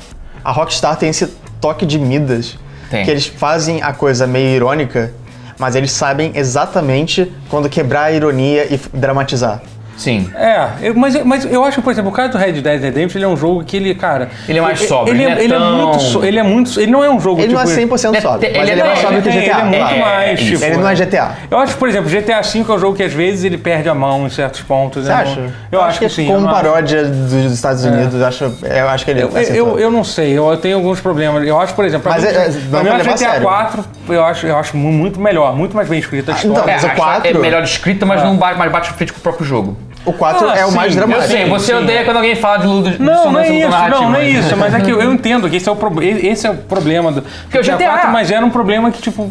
Speaker 3: A Rockstar tem esse toque de Midas.
Speaker 2: Tem.
Speaker 3: Que eles fazem a coisa meio irônica, mas eles sabem exatamente quando quebrar a ironia e f- dramatizar.
Speaker 2: Sim.
Speaker 1: que. É, eu- mas, mas eu acho que, por exemplo, o caso do Red Dead Redemption, ele é um jogo que ele, cara.
Speaker 2: Ele é mais sóbrio,
Speaker 1: ele,
Speaker 2: ele não é
Speaker 1: ele é
Speaker 2: tão-
Speaker 1: muito. só- Ele é muito. Ele não é um jogo
Speaker 3: Ele
Speaker 1: tipo,
Speaker 3: não é 100%
Speaker 2: é-
Speaker 3: sóbrio,
Speaker 2: ele
Speaker 3: mas
Speaker 2: é-
Speaker 3: ele é mais
Speaker 2: não,
Speaker 3: sóbrio que
Speaker 1: tem-
Speaker 3: GTA.
Speaker 1: Ele é muito
Speaker 2: É,
Speaker 1: mais.
Speaker 2: é isso.
Speaker 1: tipo,
Speaker 3: Ele não é GTA.
Speaker 1: Eu acho, por exemplo, GTA V é um jogo que às vezes ele perde a mão em certos pontos.
Speaker 3: Você
Speaker 1: né?
Speaker 3: acha?
Speaker 1: Eu acho que sim. eu
Speaker 3: Como
Speaker 1: não acho. É.
Speaker 3: paródia dos Estados Unidos, eu acho, eu acho que ele
Speaker 1: Eu, eu, eu, eu não sei, eu tenho alguns problemas. Eu acho, por exemplo, pra
Speaker 3: Mas
Speaker 1: mim,
Speaker 3: é- é-
Speaker 1: pra
Speaker 3: não
Speaker 1: mim, eu acho
Speaker 3: vai levar a
Speaker 1: GTA
Speaker 3: sério.
Speaker 1: 4, eu acho, eu acho mu- muito melhor, muito mais bem escrita a história.
Speaker 3: então, Mas o
Speaker 2: a-
Speaker 3: quatro-
Speaker 2: é melhor escrita, mas não bate, mas bate de frente com o próprio jogo.
Speaker 3: O 4
Speaker 1: Ah,
Speaker 3: é o
Speaker 1: sim,
Speaker 3: mais
Speaker 1: eu
Speaker 2: Eu
Speaker 3: dramático.
Speaker 2: sei,
Speaker 1: sim,
Speaker 2: você
Speaker 1: sim.
Speaker 2: odeia quando alguém fala de ludo de
Speaker 1: Não, não é
Speaker 2: dissonância
Speaker 1: isso, não, não é
Speaker 2: narrativa,
Speaker 1: isso,
Speaker 2: mas-
Speaker 1: mas é que eu, eu entendo que esse é o, pro- e- esse é o problema do
Speaker 2: o GTA
Speaker 1: mas era um problema que, tipo,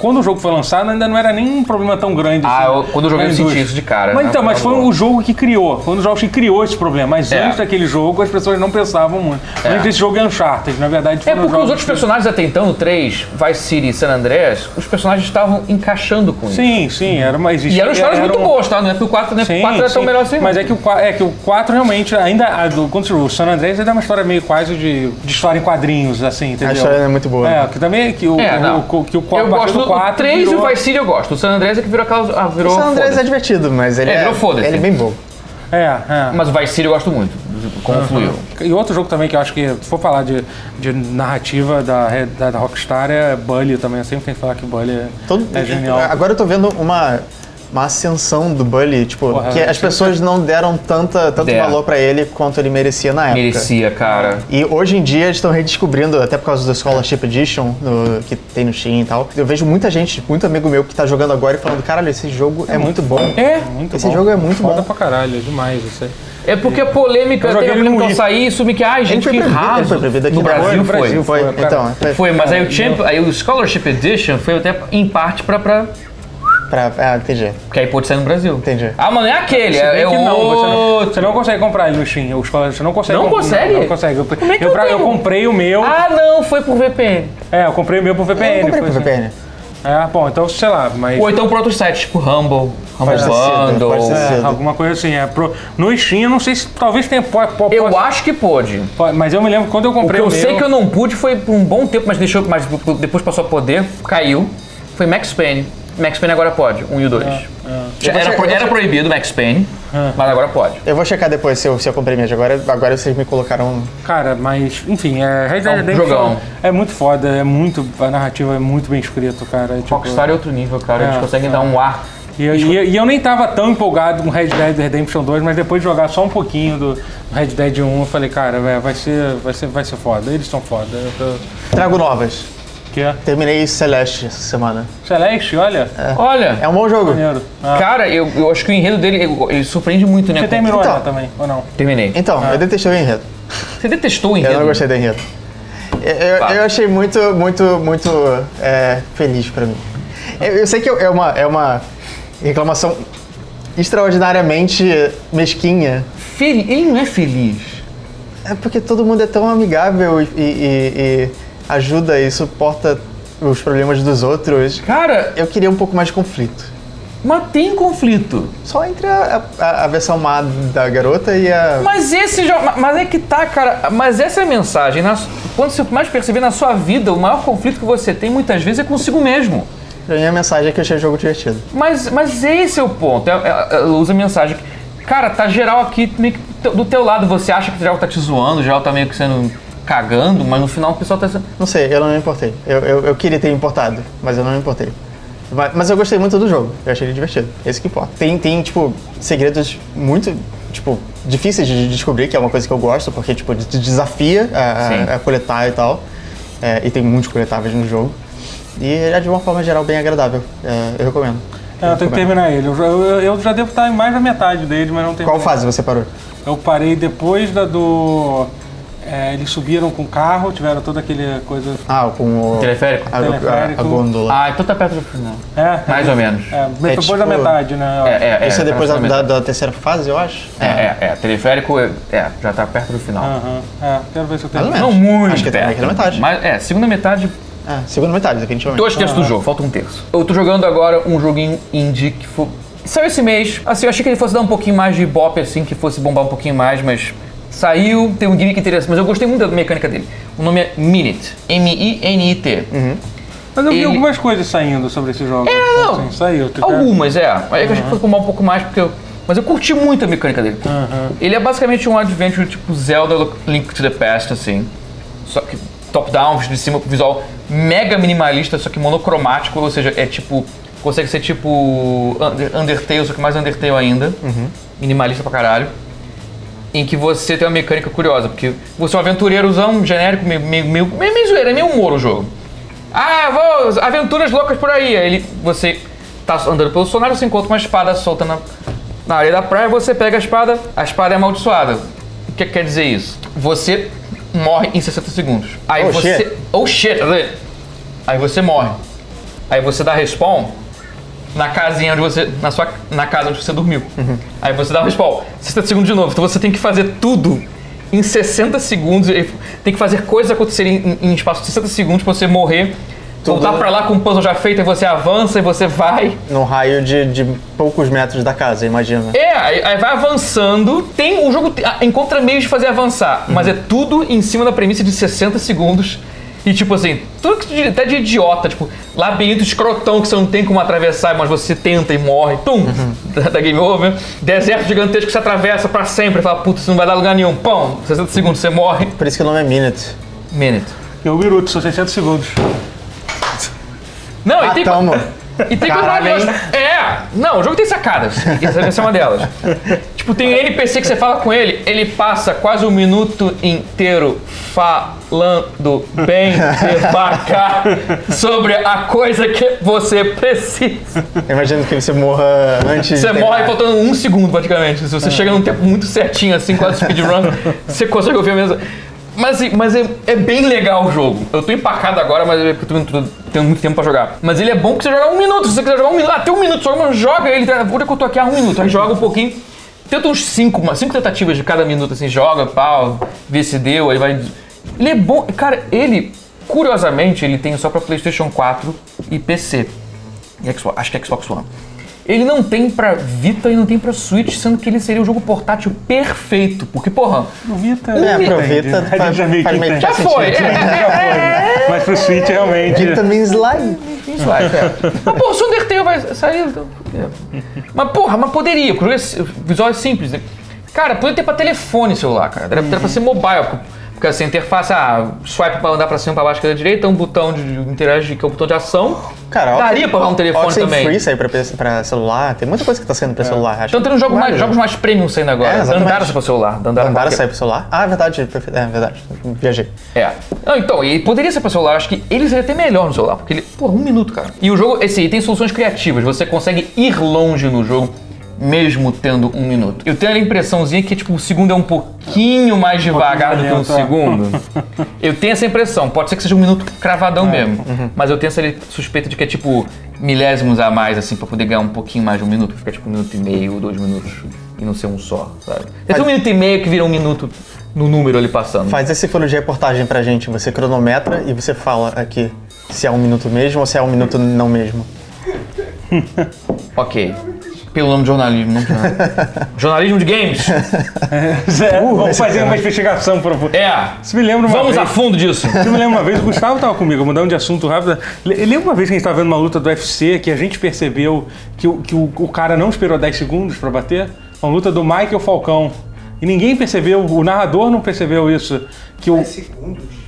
Speaker 1: quando o jogo foi lançado, ainda não era nem um problema tão grande.
Speaker 2: Ah, eu- quando eu joguei,
Speaker 1: na
Speaker 2: eu senti
Speaker 1: indústria.
Speaker 2: isso de cara,
Speaker 1: Mas
Speaker 2: né?
Speaker 1: então, mas foi
Speaker 2: Logo.
Speaker 1: o jogo que criou, foi um dos jogos que criou esse problema. Mas
Speaker 2: É.
Speaker 1: antes daquele jogo, as pessoas não pensavam muito.
Speaker 2: É.
Speaker 1: Antes desse jogo é Uncharted, na verdade,
Speaker 2: É
Speaker 1: foram
Speaker 2: porque
Speaker 1: jogos
Speaker 2: os outros
Speaker 1: que-
Speaker 2: personagens até então, o 3, Vice City e San Andreas, os personagens estavam encaixando com isso.
Speaker 1: Sim, sim, era uma
Speaker 2: E eram histórias muito
Speaker 1: boas.
Speaker 2: boas, tá? Não é porque o 4, né?
Speaker 1: um Sim,
Speaker 2: 4 era tão
Speaker 1: sim.
Speaker 2: melhor assim.
Speaker 1: Mas é que o 4, é que o 4 realmente ainda. A do, quando você- o San Andreas ainda é uma história meio quase de, de história em quadrinhos, assim, entendeu?
Speaker 3: história é muito boa.
Speaker 1: É, que também que o,
Speaker 2: É, não.
Speaker 1: o, que o 4
Speaker 2: eu gosto do 4, 3
Speaker 1: virou,
Speaker 2: e o Vice City eu gosto. O San Andreas é que virou aquela... Ah, virou
Speaker 3: O San Andreas
Speaker 2: foda-se.
Speaker 3: é divertido, mas ele
Speaker 2: É,
Speaker 3: é,
Speaker 2: virou foda-se.
Speaker 3: ele é bem bobo.
Speaker 1: É, é.
Speaker 2: Mas o Vice City eu gosto muito, como fluiu.
Speaker 1: E outro jogo também que eu acho que, se for falar de, de narrativa da, Red- da, da Rockstar, é Bully também. Eu sempre tenho que falar que Bully é,
Speaker 3: Todo-
Speaker 1: é genial.
Speaker 3: Agora eu tô vendo uma, uma ascensão do Bully, tipo,
Speaker 1: Porra,
Speaker 3: que
Speaker 1: eu
Speaker 3: as pessoas não deram tanta, tanto
Speaker 2: Deram.
Speaker 3: valor pra ele quanto ele merecia na época.
Speaker 2: Merecia, cara.
Speaker 3: E hoje em dia eles estão redescobrindo, até por causa do Scholarship Edition no- que tem no Steam e tal. Eu vejo muita gente, muito amigo meu que tá jogando agora e falando, caralho, esse jogo é, muito bom.
Speaker 1: É, muito
Speaker 3: Esse
Speaker 1: bom.
Speaker 3: jogo é muito
Speaker 1: Foda
Speaker 3: bom.
Speaker 1: pra caralho, é demais isso aí.
Speaker 2: É porque a polêmica,
Speaker 1: Eu
Speaker 2: teve
Speaker 1: joguei
Speaker 2: a
Speaker 1: ele no
Speaker 2: polêmica
Speaker 1: Wii.
Speaker 2: ao sair, isso me que, ai gente, que
Speaker 3: proibido- ele
Speaker 2: raso.
Speaker 3: foi proibido aqui
Speaker 2: No
Speaker 3: no
Speaker 1: Brasil,
Speaker 2: Brasil foi.
Speaker 1: Brasil.
Speaker 3: Foi,
Speaker 1: Foi, cara.
Speaker 3: então, foi,
Speaker 2: Foi, mas aí o, champion, aí o Scholarship Edition foi até em parte pra, pra
Speaker 3: pra... Ah, entendi.
Speaker 2: Porque aí pôde sair no Brasil.
Speaker 3: Entendi.
Speaker 2: Ah, mano, é aquele.
Speaker 1: Se
Speaker 2: É,
Speaker 1: bem
Speaker 2: é
Speaker 1: que não, você não,
Speaker 2: outro.
Speaker 1: você não consegue comprar ele no Steam. Os colegas- Você não consegue.
Speaker 2: Não
Speaker 1: comp-
Speaker 2: consegue?
Speaker 1: Não, não consegue. Eu,
Speaker 2: Como é que
Speaker 1: eu
Speaker 2: eu
Speaker 1: pra- eu
Speaker 2: tenho?
Speaker 1: comprei o meu.
Speaker 2: Ah, não, foi por VPN.
Speaker 1: É, eu comprei o meu pro VPN.
Speaker 3: Eu comprei
Speaker 1: foi
Speaker 3: pro
Speaker 1: assim.
Speaker 3: VPN.
Speaker 1: É, bom, então sei lá, mas.
Speaker 2: Ou então por outros sites, tipo Humble, Humble
Speaker 3: Pode ter sido, pode
Speaker 2: Bundle.
Speaker 3: ter
Speaker 1: É,
Speaker 3: cedo.
Speaker 1: alguma coisa assim. É, pro, no Steam, eu não sei se. Talvez tenha. Po, po,
Speaker 2: Eu
Speaker 1: po-
Speaker 2: acho que pôde.
Speaker 1: po- mas eu me lembro quando eu
Speaker 2: O que
Speaker 1: comprei o,
Speaker 2: eu
Speaker 1: meu.
Speaker 2: sei que eu não pude foi por um bom tempo, mas deixou, mas depois passou a poder, caiu. Foi Max Payne. Max Payne agora pode, um e o dois. Já
Speaker 3: Eu vou
Speaker 2: Era,
Speaker 3: che- eu vou
Speaker 2: era
Speaker 3: che-
Speaker 2: proibido Max Payne, mas agora pode.
Speaker 3: Eu vou checar depois se eu, se eu comprei mesmo. Agora, agora vocês me colocaram
Speaker 1: Cara, mas. Enfim, é. Red Dead
Speaker 2: É um
Speaker 1: Redemption
Speaker 2: jogão.
Speaker 1: É muito foda, é muito. A narrativa é muito bem escrita, cara. é tipo-
Speaker 2: Rockstar é outro nível, cara. Eles
Speaker 1: É,
Speaker 2: conseguem dar um ar.
Speaker 1: E eu, e eu- e eu nem tava tão empolgado com Red Dead Redemption 2, mas depois de jogar só um pouquinho do Red Dead 1, eu falei, cara, véi, vai ser, vai ser, vai ser foda. Eles são foda. Eu tô-
Speaker 3: Trago novas.
Speaker 1: que é.
Speaker 3: Terminei Celeste essa semana.
Speaker 1: Celeste, olha.
Speaker 2: Olha,
Speaker 3: É um bom jogo.
Speaker 1: Maneiro. Ah,
Speaker 2: cara, eu, eu acho que o enredo dele ele- ele surpreende muito, né?
Speaker 1: Você terminou
Speaker 3: Então.
Speaker 1: ela também, ou não?
Speaker 2: Terminei.
Speaker 3: Então, eu detestei o enredo.
Speaker 2: Você detestou o enredo? né?
Speaker 3: Eu não gostei do enredo. Eu, eu-
Speaker 2: Tá.
Speaker 3: eu achei muito, muito, muito é, feliz pra mim. Eu, eu sei que eu- é uma, é uma reclamação extraordinariamente mesquinha.
Speaker 2: Fel- Ele não é feliz.
Speaker 3: É porque todo mundo é tão amigável e, e- e- e ajuda e suporta os problemas dos outros.
Speaker 2: Cara,
Speaker 3: Eu queria um pouco mais de conflito.
Speaker 2: mas tem conflito.
Speaker 3: Só entre a, a- a versão má da garota e a.
Speaker 2: Mas esse jogo. ma- Mas é que tá, cara. Mas essa é a mensagem. Na, su- quando você mais perceber na sua vida, o maior conflito que você tem muitas vezes é consigo mesmo.
Speaker 3: Pra mim, a mensagem é que eu achei o jogo divertido.
Speaker 2: Mas, mas esse é o ponto. É- é- Ela usa a mensagem. que, Cara, tá geral aqui meio que te- do teu lado. Você acha que o geral tá te zoando, o geral tá meio que sendo cagando, mas no final o pessoal tá sendo.
Speaker 3: Não sei, eu não me importei. Eu, eu, eu queria ter me importado, mas eu não me importei. Mas, mas eu gostei muito do jogo, eu achei ele divertido. Esse que importa. Tem, tem tipo, segredos muito, tipo, difíceis de descobrir, que é uma coisa que eu gosto, porque, tipo, te desafia a-
Speaker 2: Sim.
Speaker 3: a, a coletar e tal. É, e tem muitos coletáveis no jogo. E é de uma forma geral bem agradável. É, eu recomendo.
Speaker 1: É, eu tenho que terminar ele. Eu, já- eu- eu já devo estar em mais da metade dele, mas não tem.
Speaker 3: Qual fase você parou?
Speaker 1: Eu parei depois da do. é, eles subiram com o carro, tiveram toda aquele coisa.
Speaker 3: Ah, com o.
Speaker 2: Teleférico?
Speaker 3: A, a,
Speaker 1: Teleférico.
Speaker 3: a gôndola.
Speaker 2: Ah, então tá perto do final.
Speaker 1: É,
Speaker 2: Mais ou menos.
Speaker 1: É, depois
Speaker 3: tipo-
Speaker 1: da metade, né?
Speaker 2: É, é, é.
Speaker 3: Isso é depois da,
Speaker 2: tá no
Speaker 3: da-
Speaker 2: final.
Speaker 3: da terceira fase, eu acho?
Speaker 2: É, é, é. Teleférico, é, é, já tá perto do final.
Speaker 1: Aham, é, quero ver se eu
Speaker 3: Mais ou
Speaker 1: tenho.
Speaker 3: menos.
Speaker 2: Não muito.
Speaker 3: Ah. Acho que até
Speaker 2: perto.
Speaker 3: na metade.
Speaker 2: Mas, é, segunda metade,
Speaker 3: É, segunda metade, definitivamente.
Speaker 2: dois terços do jogo, falta um terço. Eu tô jogando agora um joguinho indie que foi. Saiu esse mês, assim, eu achei que ele fosse dar um pouquinho mais de bop, assim, que fosse bombar um pouquinho mais, mas saiu, tem um gimmick interessante, mas eu gostei muito da mecânica dele. O nome é Minit. M-I-N-I-T.
Speaker 1: Mas eu vi
Speaker 2: Ele-
Speaker 1: algumas coisas saindo sobre esse jogo. É,
Speaker 2: não.
Speaker 1: Assim, saiu. tipo,
Speaker 2: Algumas, é. Aí eu achei que fosse bombar um pouco mais, porque eu. Mas eu curti muito a mecânica dele. Ele é basicamente um adventure tipo Zelda Link to the Past, assim. Só que top-down, visto de cima, com visual mega minimalista, só que monocromático, ou seja, é tipo. Consegue ser tipo Under- Undertale, só que mais Undertale ainda. Minimalista pra caralho. Em que você tem uma mecânica curiosa, porque você é um aventureirozão genérico, meio, meio, meio, meio, meio zoeira, é meio humor o jogo. Ah, vou, aventuras loucas por aí. Aí Ele, você tá andando pelo cenário, você encontra uma espada solta na, na areia da praia, você pega a espada, a espada é amaldiçoada. O que quer dizer isso? Você morre em 60 segundos. Aí
Speaker 3: Oh,
Speaker 2: você.
Speaker 3: shit.
Speaker 2: Oh shit! Aí você morre. Aí você dá respawn na casinha onde você. Na, sua, na casa onde você dormiu. Aí você dá o respawn. 60 segundos de novo. Então você tem que fazer tudo em 60 segundos. e Tem que fazer coisas acontecerem em, em espaço de 60 segundos pra você morrer. Voltar pra lá com o puzzle já feito, aí você avança e você vai.
Speaker 3: Num raio de, de poucos metros da casa, imagina.
Speaker 2: É, aí, aí vai avançando. Tem o jogo te- ah, encontra meios de fazer avançar, mas é tudo em cima da premissa de 60 segundos. E tipo assim, tudo que de- até de idiota, tipo, labirinto escrotão que você não tem como atravessar, mas você tenta e morre, tum, da, da game over. Deserto gigantesco que você atravessa pra sempre, fala, puta, isso não vai dar lugar nenhum. Pão, 60 segundos, você morre.
Speaker 3: Por isso que o nome é Minute.
Speaker 2: Minute.
Speaker 1: Que é um minuto, são 60 segundos.
Speaker 2: Não, e
Speaker 3: Ah,
Speaker 2: tem.
Speaker 3: tamo.
Speaker 2: E tem coisa
Speaker 3: Caralho,
Speaker 2: maravilhosa. É! Não, o jogo tem sacadas. Essa vai ser uma delas. tipo, tem NPC que você fala com ele, ele passa quase um minuto inteiro falando bem devagar sobre a coisa que você precisa.
Speaker 3: Eu Imagino que você morra antes
Speaker 2: Você
Speaker 3: de
Speaker 2: morre faltando um segundo praticamente. Se você chega num tempo muito certinho, assim, quase speedrun, você consegue ouvir a mesma. Mas, assim, mas é, é bem legal o jogo. Eu tô empacado agora, mas é porque eu tô, tô tendo muito tempo pra jogar. Mas ele é bom que você joga um minuto. Se você quiser jogar um minuto, até um minuto, só mas joga ele. tá? Puta que eu tô aqui há um minuto. Aí joga um pouquinho. Tenta uns cinco, umas cinco tentativas de cada minuto, assim, joga, pau, vê se deu, aí vai. Ele é bom. Cara, ele, curiosamente, ele tem só pra PlayStation 4 e PC. E Xbox, acho que é Xbox One. Ele não tem pra Vita e não tem pra Switch, sendo que ele seria o jogo portátil perfeito. Porque, porra,
Speaker 1: Aproveita.
Speaker 3: É,
Speaker 1: Entende,
Speaker 3: aproveita,
Speaker 1: né? A
Speaker 3: faz-
Speaker 1: gente já meio que
Speaker 3: faz meio que
Speaker 1: entende.
Speaker 2: já foi. É, é, é,
Speaker 1: Mas pro Switch realmente.
Speaker 3: Ele também slime.
Speaker 2: Quem
Speaker 3: é.
Speaker 2: vai, cara? Mas, porra, se o Undertale vai sair. então, por quê? Mas, porra, mas poderia, porque o jogo é si- o visual é simples, né? Cara, podia ter pra telefone celular, cara. Era, era pra ser mobile. porque- Porque assim, a interface, ah, swipe pra andar pra cima, pra baixo, esquerda, direita, um botão de interagir, que é o botão de ação.
Speaker 3: Cara,
Speaker 2: Daria pra usar um telefone
Speaker 3: Oxen
Speaker 2: também.
Speaker 3: Free saiu pra, PC pra celular. Tem muita coisa que tá saindo pra celular. Acho.
Speaker 2: Então tem uns jogos mais, jogos mais premium saindo agora.
Speaker 3: É, exatamente.
Speaker 2: Dandara saiu pro celular. Dandara,
Speaker 3: Andara
Speaker 2: Market.
Speaker 3: saiu pro celular. Ah, é verdade. perfeito. É verdade. Viajei.
Speaker 2: É. Não, então, e poderia ser pra celular, acho que ele seria até melhor no celular, porque ele. Pô, um minuto, cara. E o jogo, esse aí tem soluções criativas, você consegue ir longe no jogo. Mesmo tendo um minuto. Eu tenho a impressãozinha que, tipo, o segundo é um pouquinho mais devagar do que um
Speaker 1: lento, é.
Speaker 2: segundo. Eu tenho essa impressão. Pode ser que seja um minuto cravadão mesmo. Mas eu tenho essa suspeita de que é, tipo, milésimos a mais, assim, pra poder ganhar um pouquinho mais de um minuto. Fica, tipo, um minuto e meio, dois minutos. E não ser um só, sabe? Tem um minuto e meio que vira um minuto no número ali passando.
Speaker 3: Faz esse folho de reportagem pra gente. Você cronometra e você fala aqui se é um minuto mesmo ou se é um minuto não mesmo.
Speaker 2: Ok. Pelo nome de jornalismo, não jornalismo. jornalismo de games?
Speaker 1: Zé, vamos
Speaker 3: esse
Speaker 1: fazer
Speaker 3: cara.
Speaker 1: uma investigação por favor.
Speaker 2: É.
Speaker 1: Se me lembra uma
Speaker 2: Vamos
Speaker 1: vez...
Speaker 2: a fundo disso.
Speaker 1: Eu me lembro uma vez, o Gustavo tava comigo, mudando de assunto rápido. Le- Lembra uma vez que a gente tava vendo uma luta do UFC que a gente percebeu que o, que o, o cara não esperou 10 segundos pra bater? Uma luta do Michael Falcão. E ninguém percebeu, o narrador não percebeu isso. Que o,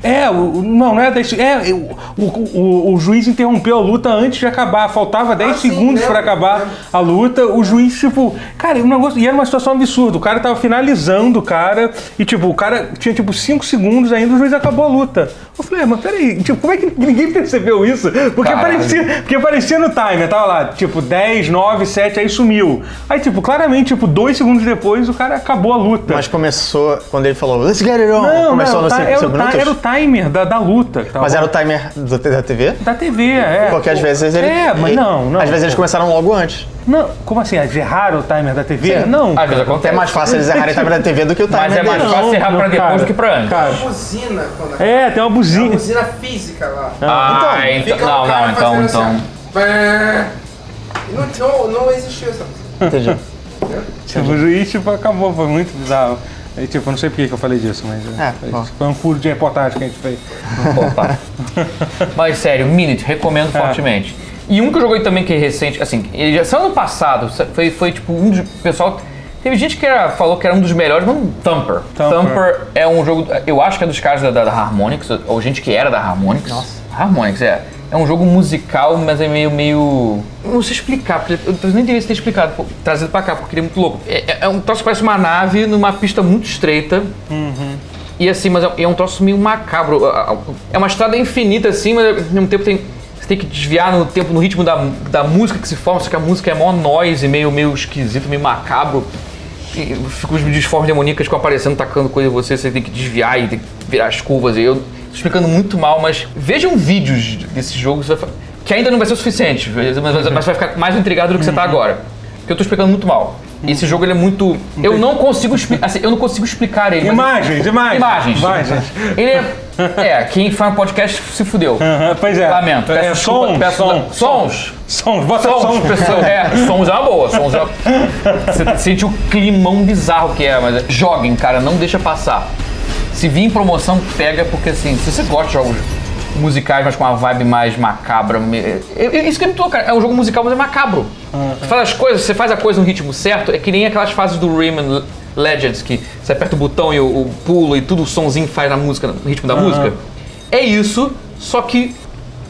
Speaker 1: é, o, o- não, não é 10 segundos. É, o, o, o- o juiz interrompeu a luta antes de acabar. Faltava 10 segundos pra acabar a luta. O juiz, tipo, cara, um negócio. E era uma situação absurda. O cara tava finalizando o cara. E, tipo, o cara tinha, tipo, 5 segundos ainda. O juiz acabou a luta. Eu falei, mas peraí, tipo, como é que ninguém percebeu isso? Porque
Speaker 2: Caralho.
Speaker 1: parecia, porque aparecia no timer, tava lá, tipo, 10, 9, 7, aí sumiu. Aí, tipo, claramente, tipo, dois segundos depois, o cara acabou a luta.
Speaker 3: Mas começou quando ele falou, let's get it on.
Speaker 1: não,
Speaker 3: começou
Speaker 1: não,
Speaker 3: nos
Speaker 1: tá-
Speaker 3: 5
Speaker 1: era, o
Speaker 3: minutos.
Speaker 1: ti- era o timer da, da luta. que tava
Speaker 3: Mas era o timer do- da TV?
Speaker 1: da TV, é.
Speaker 3: Porque às vezes ele.
Speaker 1: É, mas
Speaker 3: ele-
Speaker 1: não, não.
Speaker 3: Às vezes eles começaram logo antes.
Speaker 1: Não, como assim? Eles erraram o timer da TV?
Speaker 2: É.
Speaker 1: Não.
Speaker 2: Às vezes
Speaker 3: É
Speaker 2: acontece.
Speaker 3: mais fácil eles errarem o timer da TV do que o timer
Speaker 2: Mas é mais
Speaker 3: deles.
Speaker 2: fácil errar
Speaker 1: não,
Speaker 2: pra depois
Speaker 1: cara.
Speaker 2: do que pra antes.
Speaker 1: Cara,
Speaker 5: Buzina, quando
Speaker 1: é, tem uma
Speaker 5: a
Speaker 1: buzina.
Speaker 5: buzina física lá.
Speaker 2: Ah,
Speaker 5: Fica
Speaker 2: então.
Speaker 5: o
Speaker 2: Não,
Speaker 5: cara
Speaker 2: não, então,
Speaker 5: fazendo
Speaker 2: então.
Speaker 5: assim, ó. Não, não, não existiu essa buzina.
Speaker 3: Entendi.
Speaker 1: Tipo, o juiz tipo, acabou, foi muito bizarro. E, tipo, eu não sei por que que eu falei disso, mas.
Speaker 3: É,
Speaker 1: foi,
Speaker 3: bom.
Speaker 1: foi um furo de reportagem que a gente fez.
Speaker 2: Opa. Mas sério, Minute, recomendo
Speaker 1: É.
Speaker 2: fortemente. E um que eu joguei também que é recente, assim, ele já saiu ano passado, sa- foi, foi tipo um dos. o Pessoal. Teve gente que era- falou que era um dos melhores, mas um Thumper.
Speaker 1: Thumper.
Speaker 2: Thumper. é um jogo, eu acho que é dos caras da, da Harmonix, ou gente que era da Harmonix. Nossa. Harmonix, é. É um jogo musical, mas é meio, meio... eu Não sei explicar, porque eu nem devia ter explicado, pô, trazido pra cá, porque ele é muito louco. É, é- é um troço que parece uma nave numa pista muito estreita, e assim, mas é é um troço meio macabro. A- a- É uma estrada infinita, assim, mas ao mesmo tempo tem. Você tem que desviar no tempo, no ritmo da, da música que se forma, só que a música é mó noise, meio, meio esquisito, meio macabro. E Fica os disformes demoníacas ficam aparecendo, tacando coisa em você, você tem que desviar e tem que virar as curvas. E eu tô explicando muito mal, mas vejam vídeos desse jogo, você vai fa- que ainda não vai ser o suficiente, mas, mas- mas você vai ficar mais intrigado do que você tá agora. Porque eu tô explicando muito mal. Esse jogo ele é muito. Eu não consigo explicar. eu não consigo explicar ele. mas-
Speaker 1: Imagens, imagens.
Speaker 2: Imagens.
Speaker 1: Imagens.
Speaker 2: Ele é. É, quem faz um podcast se fudeu.
Speaker 1: Aham, pois é.
Speaker 2: Lamento.
Speaker 1: É,
Speaker 2: Peço desculpa,
Speaker 1: sons,
Speaker 2: peço-
Speaker 1: sons,
Speaker 2: sons.
Speaker 1: Sons, bota
Speaker 2: Sons,
Speaker 1: som.
Speaker 2: pessoal. É, sons é uma boa. Sons é... Você sente o climão bizarro que é, mas é- joguem, cara, não deixa passar. Se vir em promoção, pega, porque assim, se você gosta de jogos musicais, mas com uma vibe mais macabra. me- é- é- Isso que é muito louco, cara. É um jogo musical, mas é macabro. Você faz as coisas, você faz a coisa no ritmo certo, é que nem aquelas fases do Rayman Legends, que você aperta o botão e o, o pulo e tudo o sonzinho faz na música, no ritmo da música. É isso, só que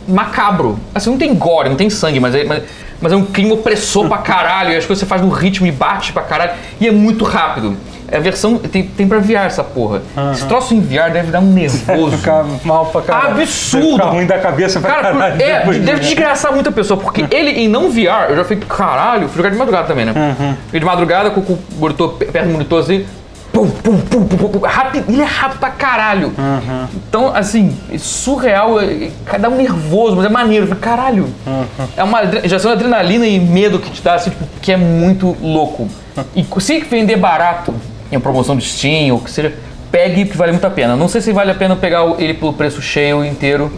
Speaker 2: macabro. Assim, não tem gore, não tem sangue, mas é, mas, mas é um clima opressor pra caralho. E as coisas você faz no ritmo e bate pra caralho. E é muito rápido. É a versão. Tem, tem pra VR essa porra. Esse troço em VR deve dar um nervoso.
Speaker 1: Ficar mal pra caralho.
Speaker 2: Absurdo!
Speaker 1: Ficar ruim da cabeça pra
Speaker 2: Cara, por-
Speaker 1: caralho.
Speaker 2: é,
Speaker 1: depois
Speaker 2: deve
Speaker 1: disso.
Speaker 2: desgraçar muita pessoa, porque ele em não VR, eu já fiquei, caralho, fui jogar de madrugada também, né?
Speaker 1: Uhum.
Speaker 2: Fiquei de madrugada com o monitor pe- perto do monitor assim, pum, pum, pum, pum, pum, pum, rápido, ele é rápido pra caralho.
Speaker 1: Uhum.
Speaker 2: Então, assim, é surreal, é- é- dá um nervoso, mas é maneiro, eu falei, caralho.
Speaker 1: Uhum.
Speaker 2: É uma adre- injeção de adrenalina e medo que te dá, assim, tipo, que é muito louco. E co- se vender barato, em promoção de Steam ou que seja, pegue, que vale muito a pena. Não sei se vale a pena pegar o- ele pelo preço cheio inteiro.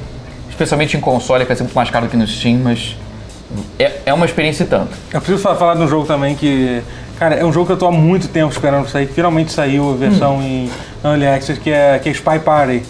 Speaker 2: Especialmente em console, que é sempre mais caro do que no Steam, mas é, é uma experiência e tanto.
Speaker 1: Eu preciso fa- falar de um jogo também que. Cara, é um jogo que eu tô há muito
Speaker 3: Hum.
Speaker 1: tempo esperando sair. Finalmente saiu a versão em Early Access, que é, que é Spy Party.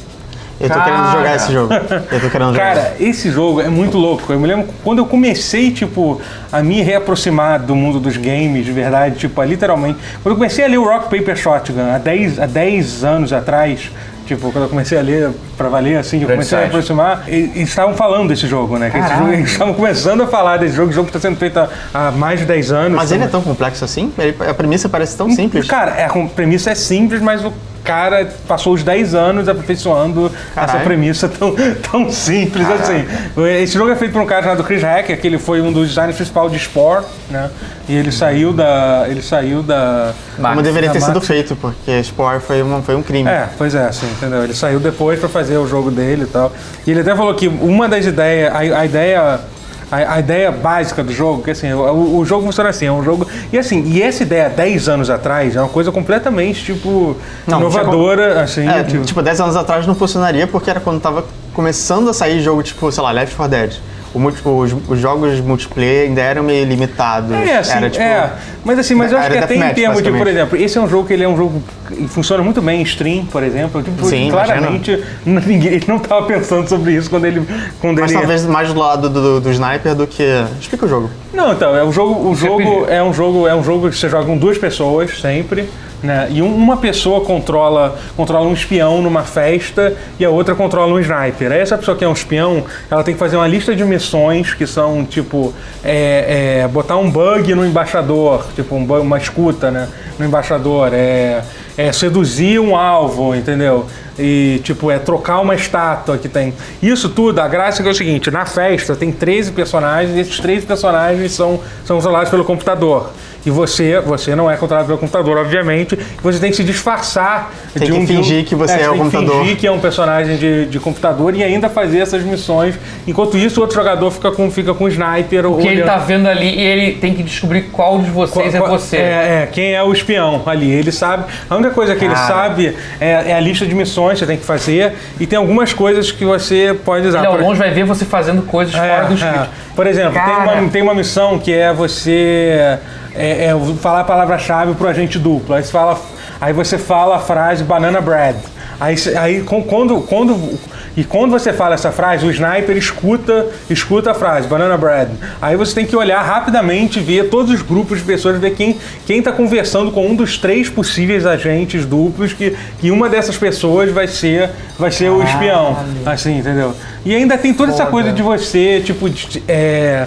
Speaker 3: Eu tô querendo jogar esse jogo. Eu tô querendo jogar.
Speaker 1: Cara, esse jogo é muito louco. Eu me lembro quando eu comecei, tipo, a me reaproximar do mundo dos games, de verdade, tipo, a, literalmente. Quando eu comecei a ler o Rock Paper Shotgun há 10, há 10 anos atrás, tipo, quando eu comecei a ler pra valer, assim, eu
Speaker 2: Grande
Speaker 1: comecei a me
Speaker 2: site.
Speaker 1: aproximar, e- e estavam falando desse jogo, né? Que esse jogo, eles estavam começando a falar desse jogo, o jogo que tá sendo feito há, há mais de 10 anos.
Speaker 3: Mas ele é
Speaker 1: Então,
Speaker 3: tão complexo assim? Ele- a premissa parece tão simples.
Speaker 1: Cara, é, a premissa é simples, mas o cara passou os 10 anos aperfeiçoando essa
Speaker 3: Caralho.
Speaker 1: premissa tão, tão simples assim. Esse jogo é feito por um cara chamado Chris Hacker, que ele foi um dos designers principal de Spore, né? E ele saiu da... ele saiu da...
Speaker 3: Como deveria
Speaker 1: da
Speaker 3: ter sido
Speaker 1: Max.
Speaker 3: feito, porque Spore foi um, foi um crime.
Speaker 1: É, pois é, assim, entendeu? Ele saiu depois pra fazer o jogo dele e tal. E ele até falou que uma das ideias, a, a ideia. A, a ideia básica do jogo, que assim, o, o jogo funciona assim, é um jogo. E assim, e essa ideia 10 anos atrás é uma coisa completamente, tipo,
Speaker 3: Não, não tinha
Speaker 1: inovadora, assim,
Speaker 3: É,
Speaker 1: tipo,
Speaker 3: tipo, 10 anos atrás não funcionaria porque era quando tava começando a sair jogo tipo, sei lá, Left 4 Dead. O multi- os, os jogos multiplayer ainda eram meio limitados.
Speaker 1: É, assim,
Speaker 3: era, tipo,
Speaker 1: é. Mas assim, mas eu acho
Speaker 3: era
Speaker 1: que até em
Speaker 3: deathmatch,
Speaker 1: termos de, por
Speaker 3: basicamente.
Speaker 1: exemplo, esse é um jogo que ele é um jogo que funciona muito bem em stream, por exemplo. Tipo,
Speaker 3: Sim,
Speaker 1: claramente ninguém ele não tava pensando sobre isso quando ele. Quando
Speaker 3: Mas
Speaker 1: ele
Speaker 3: talvez mais do lado do, do- do sniper do que. Explica o jogo.
Speaker 1: Não, então, é um jogo, o jogo
Speaker 2: RPG.
Speaker 1: é um jogo, é um jogo que você joga com duas pessoas sempre, né? E um- uma pessoa controla, controla um espião numa festa e a outra controla um sniper. Aí essa pessoa que é um espião, ela tem que fazer uma lista de missões que são tipo é, é, botar um bug no embaixador, tipo um bug- uma escuta, né? No embaixador, é, é seduzir um alvo, entendeu? E, tipo, é trocar uma estátua que tem. Isso tudo, a graça é que é o seguinte: na festa tem 13 personagens, e esses 13 personagens são, são controlados pelo computador. E você, você não é controlado pelo computador, obviamente. Você tem que se disfarçar
Speaker 3: Tem
Speaker 1: de
Speaker 3: que
Speaker 1: um. de um-
Speaker 3: fingir que você é
Speaker 1: tem
Speaker 3: o
Speaker 1: que
Speaker 3: computador.
Speaker 1: fingir que é um personagem de, de computador e ainda fazer essas missões. Enquanto isso, o outro jogador fica com, fica com o sniper ou
Speaker 2: Que ele tá vendo ali e ele tem que descobrir qual de vocês é
Speaker 1: qual-
Speaker 2: você.
Speaker 1: É, é, quem é o espião ali. Ele sabe. A única coisa que ele
Speaker 3: Cara.
Speaker 1: sabe é, é a lista de missões que você tem que fazer. E tem algumas coisas que você pode usar.
Speaker 2: Ele ao
Speaker 1: Por-
Speaker 2: longe vai ver você fazendo coisas
Speaker 1: é,
Speaker 2: fora do
Speaker 1: é.
Speaker 2: script.
Speaker 1: Por exemplo, tem
Speaker 2: Cara.
Speaker 1: uma, tem uma missão que é você é, é, falar a palavra-chave pro agente duplo. Aí você fala, aí você fala a frase banana bread. Aí, cê- aí com- quando, quando, e quando você fala essa frase, o sniper escuta, escuta a frase, banana bread. Aí você tem que olhar rapidamente, ver todos os grupos de pessoas, ver quem, quem tá conversando com um dos três possíveis agentes duplos, que, que uma dessas pessoas vai ser, vai ser o espião. Assim, entendeu? E ainda tem toda essa coisa de você, tipo, de- é,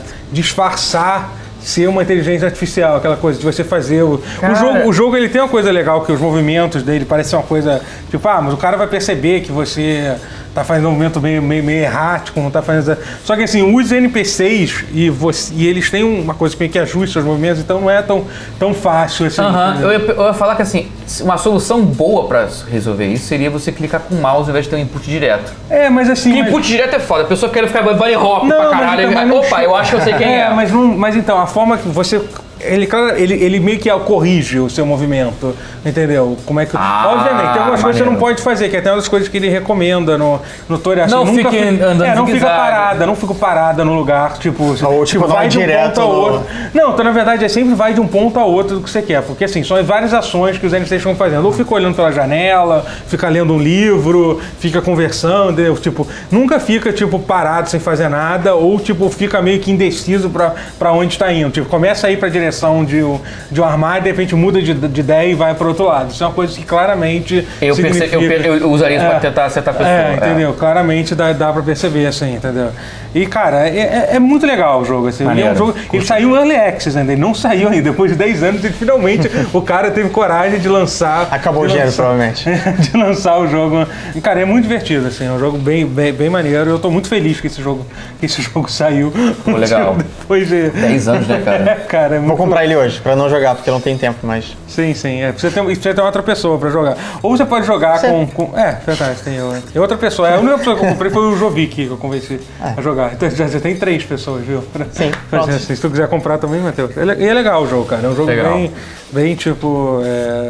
Speaker 1: disfarçar ser uma inteligência artificial, aquela coisa de você fazer o... O jogo, o jogo, ele tem uma coisa legal, que os movimentos dele parecem uma coisa... Tipo, ah, mas o cara vai perceber que você tá fazendo um movimento meio, meio, meio errático, não tá fazendo... Só que, assim, os NPCs e, você, e eles têm uma coisa que meio que ajusta seus movimentos, então não é tão, tão fácil, assim.
Speaker 2: Aham,
Speaker 1: entendeu?
Speaker 2: eu, ia, eu ia falar que assim, uma solução boa pra resolver isso seria você clicar com o mouse ao invés de ter um input direto.
Speaker 1: É, mas assim...
Speaker 2: Porque
Speaker 1: mas-
Speaker 2: input direto é foda, a pessoa quer ficar bunny hop
Speaker 1: Não,
Speaker 2: pra
Speaker 1: mas
Speaker 2: caralho.
Speaker 1: então, mas não
Speaker 2: Opa,
Speaker 1: chega.
Speaker 2: eu acho que eu sei quem é.
Speaker 1: É, mas, não, mas então, a forma que você. Ele, claro, ele, ele meio que corrige o seu movimento, entendeu? Como é que.
Speaker 2: Ah,
Speaker 1: Obviamente, tem algumas coisas que você não
Speaker 2: maneiro.
Speaker 1: pode fazer, que é até uma das coisas que ele recomenda no, no Toreaço.
Speaker 2: Não fique andando
Speaker 1: é, não fica
Speaker 2: zigue-zague.
Speaker 1: parada, não fica parada no lugar, tipo,
Speaker 3: Ou, tipo, vai direto
Speaker 1: ao
Speaker 3: no-
Speaker 1: outro. Não, então na verdade é sempre vai de um ponto a outro do que você quer, porque assim, são várias ações que os NPCs estão fazendo. Ou fica olhando pela janela, fica lendo um livro, fica conversando, entendeu? tipo, nunca fica tipo parado sem fazer nada, ou tipo fica meio que indeciso pra pra onde está indo. Tipo, começa a ir pra direção de um, de um armário, de repente muda de, de ideia e vai pro outro lado. Isso é uma coisa que claramente
Speaker 2: Eu, perce- eu,
Speaker 1: significa-
Speaker 2: per- eu usaria isso
Speaker 1: É.
Speaker 2: pra tentar acertar a pessoa.
Speaker 1: É, entendeu? Claramente dá, dá pra perceber, assim, entendeu? E, cara, é, é- é muito legal o jogo, assim. E é um
Speaker 2: Maneiro.
Speaker 1: jogo. Ele saiu em Early Access ainda, ele não saiu ainda. Depois de 10 anos, ele finalmente o cara teve coragem de lançar.
Speaker 3: Acabou o
Speaker 1: de
Speaker 3: dinheiro,
Speaker 1: lançar-
Speaker 3: provavelmente.
Speaker 1: de lançar o jogo. E, cara, é muito divertido, assim. É um jogo bem, bem, bem maneiro. Eu tô muito feliz que esse jogo, que esse jogo saiu.
Speaker 2: legal.
Speaker 1: Depois de.
Speaker 2: 10 anos, né,
Speaker 1: É,
Speaker 2: cara?
Speaker 1: cara, é muito
Speaker 3: Vou comprar ele hoje, pra não jogar, porque não tem tempo, mas.
Speaker 1: Sim, sim. É, precisa, ter, precisa ter outra pessoa pra jogar. Ou você pode jogar com, com- É, verdade, tem eu. Tem outra pessoa. É, A única pessoa que eu comprei foi o Jovic, que eu convenci a jogar. Então já, já tem três pessoas, viu?
Speaker 3: É. Sim,
Speaker 1: Mas,
Speaker 3: pronto.
Speaker 1: assim, se tu quiser comprar também, Matheus. É le- E é, legal o jogo, cara. É um jogo
Speaker 2: Legal.
Speaker 1: bem, bem, tipo. é,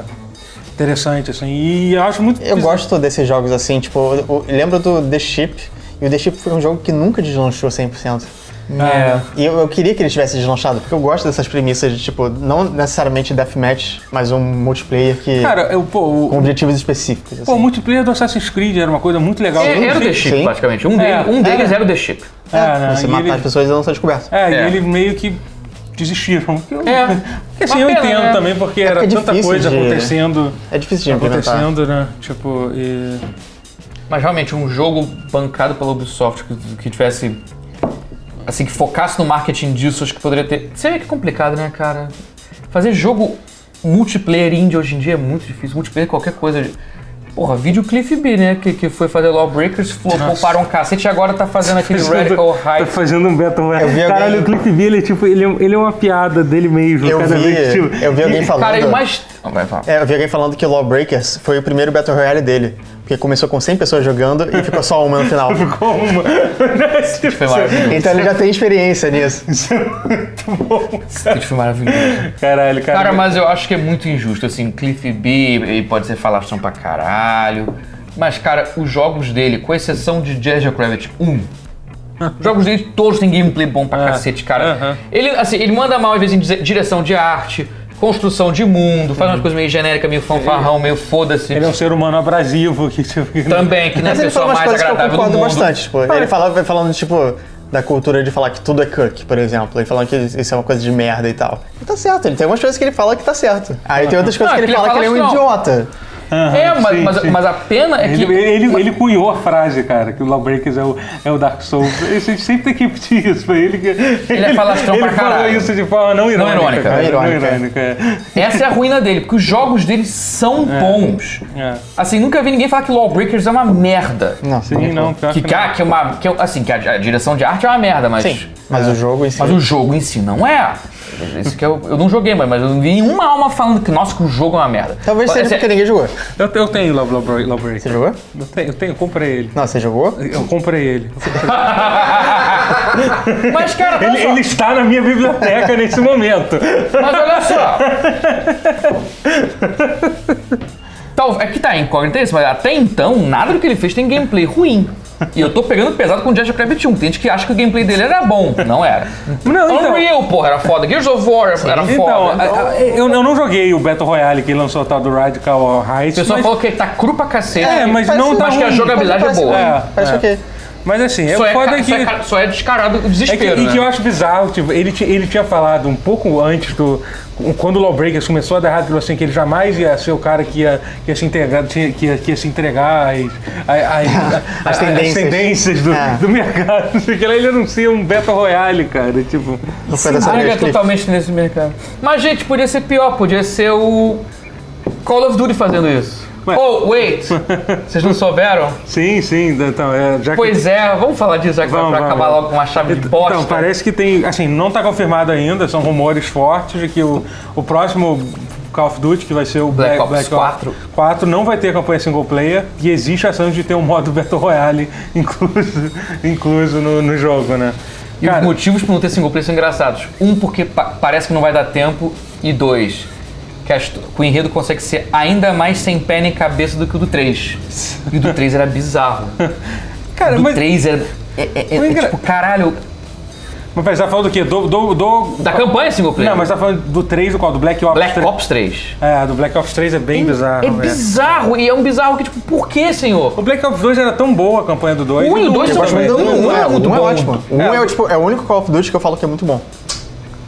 Speaker 1: interessante, assim. E eu acho muito.
Speaker 3: Eu gosto desses jogos assim, tipo, eu, eu lembro do The Ship, e o The Ship foi um jogo que nunca deslanchou 100%.
Speaker 2: É.
Speaker 3: E eu, eu queria que ele tivesse deslanchado, porque eu gosto dessas premissas de, tipo, não necessariamente deathmatch, mas um multiplayer que.
Speaker 1: Cara, eu, pô,
Speaker 3: com
Speaker 1: o,
Speaker 3: objetivos específicos.
Speaker 1: pô, o
Speaker 3: assim.
Speaker 1: multiplayer do Assassin's Creed era uma coisa muito legal.
Speaker 2: É,
Speaker 1: Eu não
Speaker 2: Era o
Speaker 1: sei-
Speaker 2: The Ship,
Speaker 3: Sim.
Speaker 2: praticamente. Um,
Speaker 1: É.
Speaker 2: dele- um deles
Speaker 3: É.
Speaker 2: era o The Ship.
Speaker 3: É,
Speaker 1: É,
Speaker 3: você
Speaker 1: e
Speaker 3: matar
Speaker 1: ele-
Speaker 3: as pessoas e elas não são descobertas.
Speaker 1: É,
Speaker 2: É.
Speaker 1: e ele meio que desistiram. Porque eu-
Speaker 2: É.
Speaker 1: Porque assim,
Speaker 2: Uma
Speaker 1: eu
Speaker 2: pena,
Speaker 1: entendo
Speaker 2: né?
Speaker 1: também, porque
Speaker 3: porque
Speaker 1: era
Speaker 3: é
Speaker 1: tanta
Speaker 3: difícil
Speaker 1: coisa
Speaker 3: de-
Speaker 1: acontecendo.
Speaker 3: É difícil de implementar.
Speaker 1: Tá Acontecendo, né? Tipo, e.
Speaker 2: Mas realmente, um jogo bancado pela Ubisoft que, que tivesse. Assim, que focasse no marketing disso, acho que poderia ter. Seria que é complicado, né, cara? Fazer jogo multiplayer indie hoje em dia é muito difícil. Multiplayer qualquer coisa. Porra, vídeo Cliff B, né? Que, que foi fazer Lawbreakers, flopou,
Speaker 1: Nossa.
Speaker 2: parou um cacete e agora tá fazendo aquele Radical High.
Speaker 6: Tá fazendo um Battle
Speaker 3: Eu vi
Speaker 6: Royale.
Speaker 3: alguém-
Speaker 6: Caralho, o Cliff B, ele, é tipo, ele, é, ele é uma piada dele mesmo.
Speaker 3: Eu
Speaker 6: cada vez, tipo,
Speaker 3: vi, eu vi alguém falando.
Speaker 2: Cara, e o mais. Não, vai falar.
Speaker 3: É, eu vi alguém falando que o Lawbreakers foi o primeiro Battle Royale dele. Porque começou com 100 pessoas jogando e ficou só uma no final.
Speaker 6: Ficou uma.
Speaker 2: Foi maravilhoso.
Speaker 3: Então ele já tem experiência nisso.
Speaker 2: Esse foi maravilhoso.
Speaker 6: tipo, Caralho, cara.
Speaker 2: Cara, mas eu acho que é muito injusto, assim, Cliff B, ele pode ser falastrão pra caralho. Mas, cara, os jogos dele, com exceção de Jazz Rabbit 1, os jogos dele todos têm gameplay bom
Speaker 6: É.
Speaker 2: pra cacete, cara.
Speaker 1: aham.
Speaker 2: Ele, assim, ele manda mal, às vezes, em dize- direção de arte, construção de mundo, faz
Speaker 6: Uhum.
Speaker 2: umas coisas meio genérica, meio fanfarrão, meio foda-se.
Speaker 1: Ele é um ser humano abrasivo que, tipo, que não-
Speaker 2: Também, que não é a
Speaker 3: Mas ele
Speaker 2: pessoa
Speaker 3: fala umas
Speaker 2: mais
Speaker 3: coisas que eu
Speaker 2: agradável do
Speaker 3: concordo
Speaker 2: mundo.
Speaker 3: bastante. Tipo, ele fala, vai falando, tipo, da cultura de falar que tudo é cook, por exemplo. Ele falando que isso é uma coisa de merda e tal. E tá certo, ele tem umas coisas que ele fala que tá certo. Aí tem outras coisas
Speaker 2: Ah,
Speaker 3: que ele
Speaker 2: que ele
Speaker 3: fala que ele é um
Speaker 2: fala que não.
Speaker 3: idiota.
Speaker 2: É, mas,
Speaker 6: sim,
Speaker 2: mas,
Speaker 6: sim.
Speaker 2: mas a pena é que...
Speaker 6: Ele, ele, ele cunhou a frase, cara, que o Lawbreakers é o, é o Dark Souls. A gente sempre tem que repetir isso. Foi ele que. Ele
Speaker 2: é falastrão
Speaker 6: Ele
Speaker 2: pra
Speaker 6: falou
Speaker 2: caralho.
Speaker 6: isso de forma não irônica.
Speaker 2: irônica.
Speaker 6: cara,
Speaker 3: Não irônica.
Speaker 6: Não irônica. é.
Speaker 2: Essa é a ruína dele, porque os jogos dele são bons.
Speaker 1: É.
Speaker 2: Assim, nunca vi ninguém falar que Lawbreakers é uma merda.
Speaker 3: Não,
Speaker 1: Sim, não, pior
Speaker 2: Que,
Speaker 1: que,
Speaker 2: que, ah, que é uma. Que, é- assim, que a, a direção de arte é uma merda, mas.
Speaker 3: Sim, É. mas o jogo em si.
Speaker 2: Mas o jogo em si não é. Isso que eu, eu não joguei, mas, mas eu não vi nenhuma alma falando que, nossa, que o jogo é uma merda.
Speaker 3: Talvez seja
Speaker 2: Esse-
Speaker 3: porque ninguém jogou.
Speaker 1: não. Eu, eu tenho Love Love- Love Break.
Speaker 3: Você jogou?
Speaker 1: Eu tenho, eu tenho, eu comprei ele.
Speaker 3: Não, você jogou?
Speaker 1: Eu comprei ele.
Speaker 2: Mas, cara, olha
Speaker 1: Ele,
Speaker 2: só,
Speaker 1: ele está na minha biblioteca nesse momento.
Speaker 2: mas olha só. Talvez. É que tá incógnito esse, mas até então, nada do que ele fez tem gameplay ruim. E eu tô pegando pesado com o Jazz Rabbit 1. Tem gente que acha que o gameplay dele era bom. Não era.
Speaker 1: Não, então-
Speaker 2: Unreal, porra, era foda. Gears of War era foda. É,
Speaker 1: Então, a- a- eu, eu não joguei o Battle Royale que lançou o tal do Radical Heights.
Speaker 2: O pessoal
Speaker 1: mas,
Speaker 2: falou que ele tá cru pra cacete.
Speaker 1: É, mas
Speaker 3: Parece-
Speaker 1: não tá
Speaker 2: Acho que a
Speaker 1: ruim.
Speaker 2: jogabilidade é
Speaker 3: parece-
Speaker 2: boa.
Speaker 1: É.
Speaker 3: Parece
Speaker 1: é.
Speaker 3: o quê?
Speaker 1: Mas assim, é
Speaker 2: Só, é,
Speaker 1: foda
Speaker 2: ca-
Speaker 1: que...
Speaker 2: só, é, ca- só é descarado o
Speaker 1: É que,
Speaker 2: desespero,
Speaker 1: e
Speaker 2: né?
Speaker 1: que eu acho bizarro, tipo, ele, ti- ele tinha falado um pouco antes do. Quando o Lawbreakers começou a dar errado, ele falou assim, que ele jamais ia ser o cara que ia, que ia se entregar, tinha- que ia, que ia se entregar às, a- a- a-
Speaker 3: As
Speaker 1: a-
Speaker 3: tendências.
Speaker 1: tendências do,
Speaker 3: É.
Speaker 1: do mercado. Não sei o que lá, Ele anuncia um Battle Royale, cara. Tipo.
Speaker 3: Não foi dessa
Speaker 2: Larga
Speaker 3: vez, Cliff.
Speaker 2: Ah, é totalmente nesse mercado. Mas, gente, podia ser pior. Podia ser o Call of Duty fazendo isso. Oh, wait! Vocês não souberam?
Speaker 1: Sim, sim. Então, é, já que-
Speaker 2: Pois é, vamos falar disso agora
Speaker 1: Vamos,
Speaker 2: pra
Speaker 1: vamos,
Speaker 2: acabar
Speaker 1: vamos.
Speaker 2: logo com uma chave de bosta.
Speaker 1: Então, parece que tem. Assim, não está confirmado ainda, são rumores fortes de que o, o próximo Call of Duty, que vai ser o
Speaker 2: Black Ops 4.
Speaker 1: 4. não vai ter campanha single player e existe a chance de ter um modo Battle Royale incluso, incluso no, no jogo, né?
Speaker 2: E os motivos por não ter single player são engraçados. Um, porque pa- parece que não vai dar tempo. E dois, que, a histó- que o enredo consegue ser ainda mais sem pé nem cabeça do que o do 3. E o do 3 era bizarro.
Speaker 1: cara,
Speaker 2: do
Speaker 1: mas,
Speaker 2: 3 era... É, é- é-
Speaker 1: Mas
Speaker 2: é
Speaker 1: engra-
Speaker 2: tipo, caralho...
Speaker 1: mas você tá falando do quê? Do. do, do-
Speaker 2: Da campanha é single player.
Speaker 1: Não, mas tá falando do 3 do qual? Do Black Ops
Speaker 2: Black
Speaker 1: 3.
Speaker 2: Ops 3.
Speaker 1: É, do Black Ops 3 é bem bizarro.
Speaker 2: É
Speaker 1: né?
Speaker 2: bizarro, e é um bizarro que, tipo, por que, senhor?
Speaker 1: O Black Ops 2 era tão boa a campanha do 2.
Speaker 2: Um e o dois
Speaker 1: eu
Speaker 2: são
Speaker 1: gosto
Speaker 2: bem-
Speaker 1: muito.
Speaker 2: um
Speaker 3: Não,
Speaker 2: é
Speaker 3: é,
Speaker 2: muito
Speaker 3: um é
Speaker 2: bom.
Speaker 3: ótimo. Um é, o, tipo, é o único Call of Duty que eu falo que é muito bom.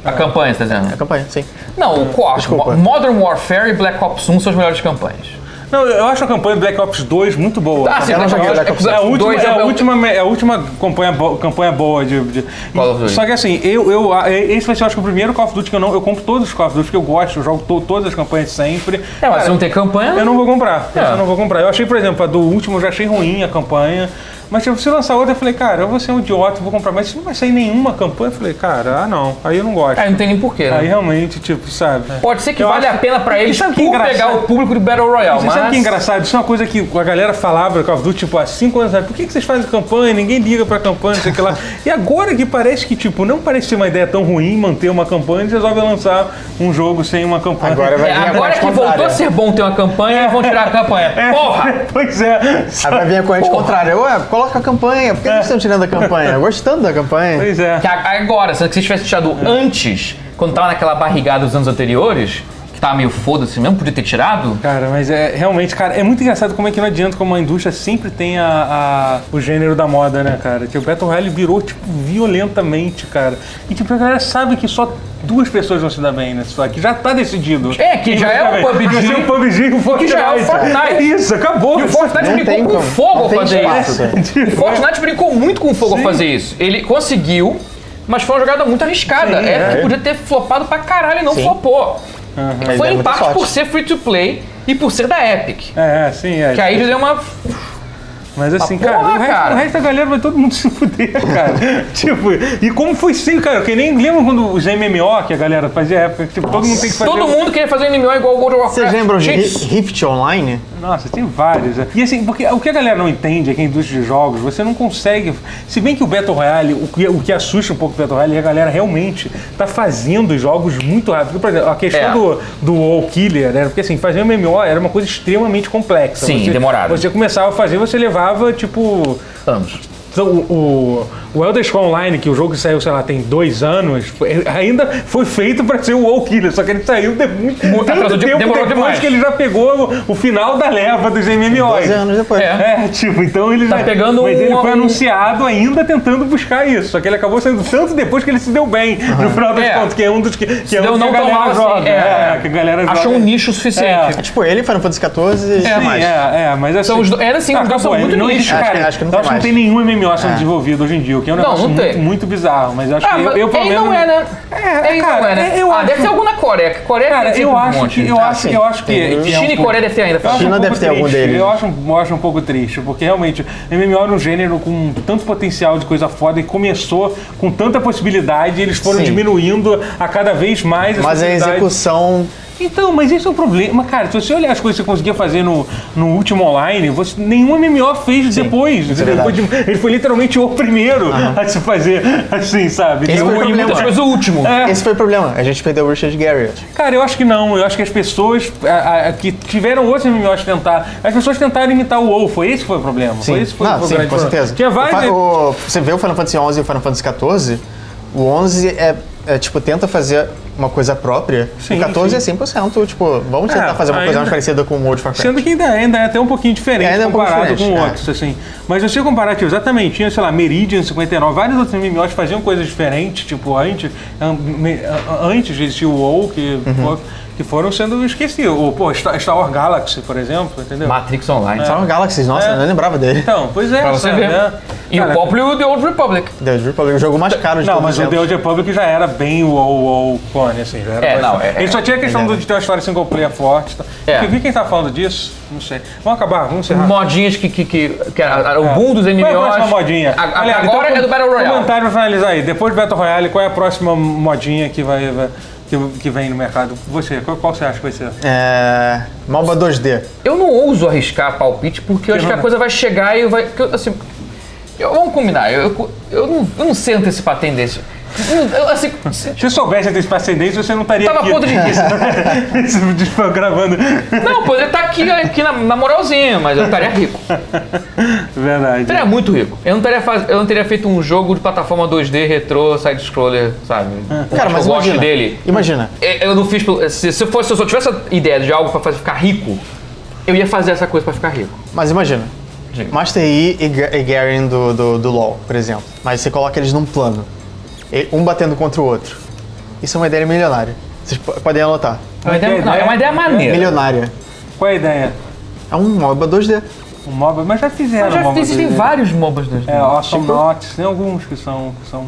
Speaker 2: A campanha, tá dizendo?
Speaker 3: A campanha, sim.
Speaker 2: Não, o co-
Speaker 3: Desculpa.
Speaker 2: Modern Warfare e Black Ops 1 são as melhores campanhas.
Speaker 1: Não, eu acho a campanha Black Ops 2 muito boa.
Speaker 2: Ah, sim,
Speaker 3: eu não
Speaker 2: Black
Speaker 3: joguei
Speaker 2: Ops,
Speaker 3: Black Ops
Speaker 1: É a última,
Speaker 2: 2
Speaker 1: é a última, me- é a última campanha, bo- campanha boa de. de-
Speaker 2: Call of Duty.
Speaker 1: Só que assim, eu, eu, a- e- esse vai ser, eu acho que o primeiro Call of Duty que eu não. Eu compro todos os Call of Duty que eu gosto, eu jogo to- todas as campanhas sempre.
Speaker 2: É, mas
Speaker 1: Cara,
Speaker 2: se não tem campanha...
Speaker 1: eu não vou comprar.
Speaker 2: É.
Speaker 1: Eu não vou comprar. Eu achei, por exemplo, a do último, eu já achei ruim a campanha. Mas tipo, se lançar outra, eu falei, cara, eu vou ser um idiota, eu vou comprar. Mas se não vai sair nenhuma campanha, eu falei, cara, ah não, aí eu não gosto.
Speaker 2: É, não tem nem porquê, né?
Speaker 1: Aí realmente, tipo, sabe?
Speaker 2: Pode ser que
Speaker 1: Eu
Speaker 2: valha
Speaker 1: acho-
Speaker 2: a pena pra
Speaker 1: E
Speaker 2: eles
Speaker 1: sabe
Speaker 2: por
Speaker 1: que é engraçado?
Speaker 2: pegar o público do Battle Royale,
Speaker 1: Você
Speaker 2: mas...
Speaker 1: sabe o que é engraçado? Isso é uma coisa que a galera falava do Call of Duty, tipo, há cinco anos atrás, por que, que vocês fazem campanha? Ninguém liga pra campanha, não sei o que lá. E agora que parece que, tipo, não parece ser uma ideia tão ruim manter uma campanha, eles resolvem lançar um jogo sem uma campanha.
Speaker 3: Agora vai
Speaker 2: É,
Speaker 3: vir a
Speaker 2: agora
Speaker 3: corrente
Speaker 2: que voltou
Speaker 3: contrária.
Speaker 2: a ser bom ter uma campanha, eles vão tirar a campanha. Porra!
Speaker 1: É, Pois é.
Speaker 3: Ah, Aí vai vir a corrente contrária. Ué, Call coloca a campanha. Por que vocês estão tirando a campanha? Gostando da campanha.
Speaker 6: Pois é.
Speaker 2: Que a- agora, se vocês tivessem tirado antes, quando tava naquela barrigada dos anos anteriores, que tava meio foda-se mesmo, podia ter tirado.
Speaker 1: Cara, mas é realmente, cara, é muito engraçado como é que não adianta como a indústria sempre tem a, a- o gênero da moda, né, cara? Tipo, o Battle Royale virou, tipo, violentamente, cara. E, tipo, a galera sabe que só duas pessoas vão se dar bem nessa história, que já tá decidido.
Speaker 2: É, que
Speaker 1: Quem
Speaker 2: já
Speaker 1: vai
Speaker 2: é
Speaker 1: se dar
Speaker 2: o
Speaker 1: bem.
Speaker 2: PUBG.
Speaker 1: Vai ser o PUBG e o Fortnite.
Speaker 2: já é o Fortnite.
Speaker 1: Isso, acabou.
Speaker 2: E o Fortnite
Speaker 3: Não tem
Speaker 2: brincou com
Speaker 3: como.
Speaker 2: fogo
Speaker 3: Não
Speaker 2: a
Speaker 3: tem
Speaker 2: fazer
Speaker 3: espaço,
Speaker 2: isso.
Speaker 3: velho.
Speaker 2: O Fortnite brincou muito com fogo a fazer isso. Ele conseguiu, mas foi uma jogada muito arriscada.
Speaker 1: Sim,
Speaker 2: é,
Speaker 1: é. Uhum.
Speaker 2: podia ter flopado pra caralho e não
Speaker 3: Sim.
Speaker 2: flopou.
Speaker 3: Mas
Speaker 2: Foi
Speaker 3: é
Speaker 2: em
Speaker 3: muita
Speaker 2: parte
Speaker 3: sorte.
Speaker 2: por ser free to play e por ser da Epic.
Speaker 1: É, sim, é.
Speaker 2: Que aí já deu uma.
Speaker 1: Mas assim,
Speaker 2: Pra
Speaker 1: cara,
Speaker 2: porra,
Speaker 1: o resto,
Speaker 2: cara.
Speaker 1: o resto da galera vai todo mundo se fuder, cara. tipo, e como foi sim, cara? Que nem lembro quando os MMO que a galera fazia época, que, tipo, todo mundo tem que fazer.
Speaker 2: Todo
Speaker 1: um-
Speaker 2: mundo queria fazer um MMO igual o World of Warcraft.
Speaker 3: Vocês lembram de
Speaker 2: Gente,
Speaker 3: Ri- Rift Online?
Speaker 1: Nossa, tem vários. né? E assim, porque o que a galera não entende é que a indústria de jogos, você não consegue. Se bem que o Battle Royale, o que, o que assusta um pouco o Battle Royale é que a galera realmente tá fazendo os jogos muito rápido. Por exemplo, a questão
Speaker 2: É.
Speaker 1: do, do WoW Killer, era porque assim, fazer um MMO era uma coisa extremamente complexa.
Speaker 2: Sim,
Speaker 1: Você-
Speaker 2: demorado.
Speaker 1: Você começava a fazer, você levava, tipo,
Speaker 2: Anos.
Speaker 1: Então, o, o, o Elder Scrolls Online, que o jogo que saiu, sei lá, tem dois anos, foi- ainda foi feito pra ser o WoW Killer, só que ele saiu de, muito, muito
Speaker 2: atrasou de-
Speaker 1: tempo
Speaker 2: demorou
Speaker 1: depois
Speaker 2: demais.
Speaker 1: que ele já pegou o, o final da leva dos MMOs.
Speaker 3: 12 anos depois.
Speaker 2: É.
Speaker 1: É, tipo, então ele
Speaker 2: Tá
Speaker 1: já-
Speaker 2: pegando
Speaker 1: Mas ele
Speaker 2: um-
Speaker 1: foi
Speaker 2: um-
Speaker 1: anunciado ainda tentando buscar isso, só que ele acabou saindo tanto depois que ele se deu bem, no final das
Speaker 2: É.
Speaker 1: contas, que é um dos que, que, é
Speaker 2: deu
Speaker 1: um que a
Speaker 2: não tão
Speaker 1: galera
Speaker 2: mal assim,
Speaker 1: joga.
Speaker 2: é.
Speaker 1: é, que a galera
Speaker 2: Achou
Speaker 1: joga.
Speaker 2: um nicho suficiente.
Speaker 3: É tipo ele, Final Fantasy XIV e
Speaker 1: É,
Speaker 3: tudo mais.
Speaker 1: é, é, mas assim.
Speaker 2: São os do- era assim, os dois
Speaker 1: acabou,
Speaker 2: são
Speaker 1: ele
Speaker 2: muito
Speaker 1: não
Speaker 2: nicho.
Speaker 1: existe,
Speaker 3: Acho
Speaker 1: cara.
Speaker 3: que- acho que não
Speaker 1: eu
Speaker 3: tem
Speaker 1: acho que não
Speaker 3: mais.
Speaker 1: tem nenhum MMO sendo desenvolvido hoje em dia, o que é um
Speaker 2: Não,
Speaker 1: negócio
Speaker 2: não tem.
Speaker 1: muito, muito bizarro, mas eu acho
Speaker 2: Ah,
Speaker 1: que eu,
Speaker 2: mas
Speaker 1: eu pelo
Speaker 2: ele
Speaker 1: menos.
Speaker 2: não é, né?
Speaker 1: É,
Speaker 2: ele
Speaker 1: cara,
Speaker 2: não é, né?
Speaker 1: eu
Speaker 2: ah,
Speaker 1: acho-
Speaker 2: deve ter algum na Coreia. que Coreia
Speaker 1: Cara,
Speaker 2: tem
Speaker 1: eu
Speaker 2: sempre um
Speaker 1: acho,
Speaker 2: monte.
Speaker 1: que, eu,
Speaker 3: Ah,
Speaker 1: acho,
Speaker 3: sim.
Speaker 1: eu acho que.
Speaker 3: Tem.
Speaker 1: que é
Speaker 2: China
Speaker 1: um
Speaker 2: e
Speaker 1: pouco-
Speaker 2: Coreia deve ter ainda.
Speaker 1: eu acho
Speaker 3: China
Speaker 1: um
Speaker 3: deve
Speaker 1: pouco
Speaker 3: ter algum
Speaker 1: triste,
Speaker 3: deles.
Speaker 1: Eu acho, um- eu acho um pouco triste, porque realmente MMO era um gênero com tanto potencial de coisa foda e começou com tanta possibilidade e eles foram
Speaker 3: Sim.
Speaker 1: diminuindo a cada vez mais as
Speaker 3: Mas a
Speaker 1: possibilidades.
Speaker 3: execução
Speaker 1: Então, mas esse é o problema, cara. Se você olhar as coisas que você conseguia fazer no, no último online, você, nenhum MMO fez depois.
Speaker 3: isso é
Speaker 1: entendeu? Foi de- ele foi literalmente o primeiro a se fazer assim, sabe?
Speaker 3: Esse
Speaker 1: Eu-
Speaker 3: foi o
Speaker 1: e
Speaker 3: problema.
Speaker 1: muitas
Speaker 2: Mas
Speaker 1: coisas-
Speaker 2: o último.
Speaker 1: É.
Speaker 3: Esse foi o problema. A gente perdeu o Richard Garriott.
Speaker 1: Cara, eu acho que não. Eu acho que as pessoas a- a- que tiveram outros MMOs que tentar. As pessoas tentaram imitar o WoW. Foi esse que foi o problema. Foi esse que foi,
Speaker 3: Não,
Speaker 1: foi o
Speaker 3: sim,
Speaker 1: grande
Speaker 3: com
Speaker 1: problema. né?
Speaker 3: certeza.
Speaker 1: Tinha
Speaker 3: O
Speaker 1: vários.
Speaker 3: fa- o- você vê o Final Fantasy XI e o Final Fantasy XIV, o 11 é, é, tipo, tenta fazer uma coisa própria.
Speaker 1: Sim,
Speaker 3: o 14
Speaker 1: sim.
Speaker 3: é 100%, tipo, vamos tentar
Speaker 1: É,
Speaker 3: fazer uma coisa
Speaker 1: ainda-
Speaker 3: mais parecida com o World of Warcraft.
Speaker 1: Sendo que ainda, ainda é até um pouquinho diferente
Speaker 3: Ainda é um pouco
Speaker 1: comparado
Speaker 3: diferente,
Speaker 1: com
Speaker 3: é.
Speaker 1: outros, assim. Mas eu sei comparativo, exatamente. Tinha, sei lá, Meridian 59, vários outros MMOs faziam coisas diferentes, tipo, antes, an- me- an- antes de existir o WoW, que,
Speaker 3: Uhum.
Speaker 1: pô, que foram sendo esquecidos. Ou, pô, Star Star Wars Galaxy, por exempy, entendeu?
Speaker 2: Matrix Online.
Speaker 3: Star Wars Galaxies, nossa,
Speaker 1: É.
Speaker 3: eu não lembrava dele.
Speaker 1: Então, pois é,
Speaker 2: Pra você
Speaker 1: sabe,
Speaker 2: ver.
Speaker 1: né?
Speaker 2: E
Speaker 1: Cara,
Speaker 2: o próprio The Old Republic.
Speaker 3: The Old Republic, o jogo mais caro de
Speaker 1: Não,
Speaker 3: todos
Speaker 1: mas
Speaker 3: os
Speaker 1: o The
Speaker 3: tempos.
Speaker 1: Old Republic já era bem o WoW, WoW clone, assim. Já era
Speaker 2: É,
Speaker 1: mais-
Speaker 2: não, é-
Speaker 1: Ele só tinha a questão do- de ter uma história single player forte. Tá.
Speaker 2: É.
Speaker 1: Eu vi quem tá falando disso, não sei. Vamos acabar, vamos encerrar.
Speaker 2: Modinhas que, que, que, que era o boom dos MMOs.
Speaker 1: Qual é a próxima modinha?
Speaker 2: A- a-
Speaker 1: Aliás,
Speaker 2: agora
Speaker 1: então,
Speaker 2: é do Battle Royale.
Speaker 1: Comentário pra finalizar aí. Depois do Battle Royale, qual é a próxima modinha que vai... vai- que- Que vem no mercado. Você, qual, qual você acha que vai ser?
Speaker 3: É... MOBA 2D.
Speaker 2: Eu não ouso arriscar palpite porque eu acho que a coisa vai chegar e vai. que eu, assim, eu- vamos combinar, eu, eu, eu não, eu não sei antecipar tendência. Eu, eu, assim, se-
Speaker 1: Se eu soubesse antecipar esse dente, você não estaria
Speaker 2: Tava
Speaker 1: aqui.
Speaker 2: podre de
Speaker 1: disso. gravando.
Speaker 2: não, poderia estar aqui, aqui na, na moralzinha, mas eu estaria rico. Eu
Speaker 1: Verdade.
Speaker 2: estaria muito rico. Eu não teria, faz- eu não teria feito um jogo de plataforma 2D, retrô, side-scroller, sabe?
Speaker 3: Cara, mas
Speaker 2: eu gosto
Speaker 3: imagina.
Speaker 2: é dele.
Speaker 3: Imagina.
Speaker 2: É, Eu não fiz. pelo- Se, se eu fosse, se eu só tivesse a ideia de algo pra fazer, ficar rico, eu ia fazer essa coisa pra ficar rico.
Speaker 3: Mas imagina.
Speaker 2: Diga.
Speaker 3: Master Yi e, Ga- e Garen do, do, do LoL, por exemplo. Mas você coloca eles num plano. E- Um batendo contra o outro. Isso é uma ideia milionária. Vocês po- podem anotar.
Speaker 2: É uma ideia, não, é uma ideia maneira.
Speaker 3: Milionária.
Speaker 1: Qual é a ideia?
Speaker 3: É um MOBA 2D.
Speaker 1: O MOBA, mas já fizeram.
Speaker 2: Mas já
Speaker 1: MOBA
Speaker 2: existem
Speaker 1: dele.
Speaker 2: vários Tipo- MOBAs 2D.
Speaker 1: É, Awesome Notes, tem alguns que são. Que são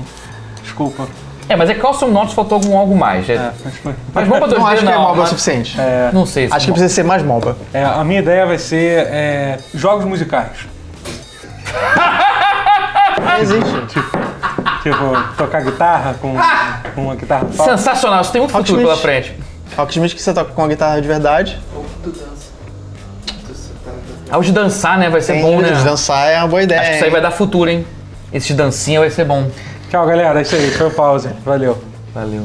Speaker 1: desculpa.
Speaker 2: É, mas é Calcium Notes faltou algum algo mais. É,
Speaker 1: É, mas foi-
Speaker 2: Mas MOBA 2D
Speaker 3: Não acho que é
Speaker 2: não,
Speaker 3: MOBA o
Speaker 2: mas-
Speaker 3: suficiente.
Speaker 2: Não sei. se
Speaker 3: Acho que
Speaker 2: MOBA.
Speaker 3: precisa ser mais MOBA.
Speaker 1: É, a minha ideia vai ser é, jogos musicais.
Speaker 3: Existe.
Speaker 1: Tipo, tocar guitarra com,
Speaker 2: Ah!
Speaker 1: com uma guitarra
Speaker 3: é
Speaker 1: falsa.
Speaker 2: Sensacional, isso tem muito futuro
Speaker 3: Ultimate.
Speaker 2: pela frente.
Speaker 3: Alckmit que você toca com a guitarra de verdade.
Speaker 5: Ou tu dança. Tu se- tá- tá-
Speaker 2: Ah, o de dançar, né? Vai ser
Speaker 3: Tem
Speaker 2: bom, né?
Speaker 3: de dançar é uma boa ideia.
Speaker 2: Acho que isso aí vai dar futuro, hein? Esse de dancinha vai ser bom.
Speaker 1: Tchau, galera. É isso aí. Foi o um pause. Valeu.
Speaker 2: Valeu.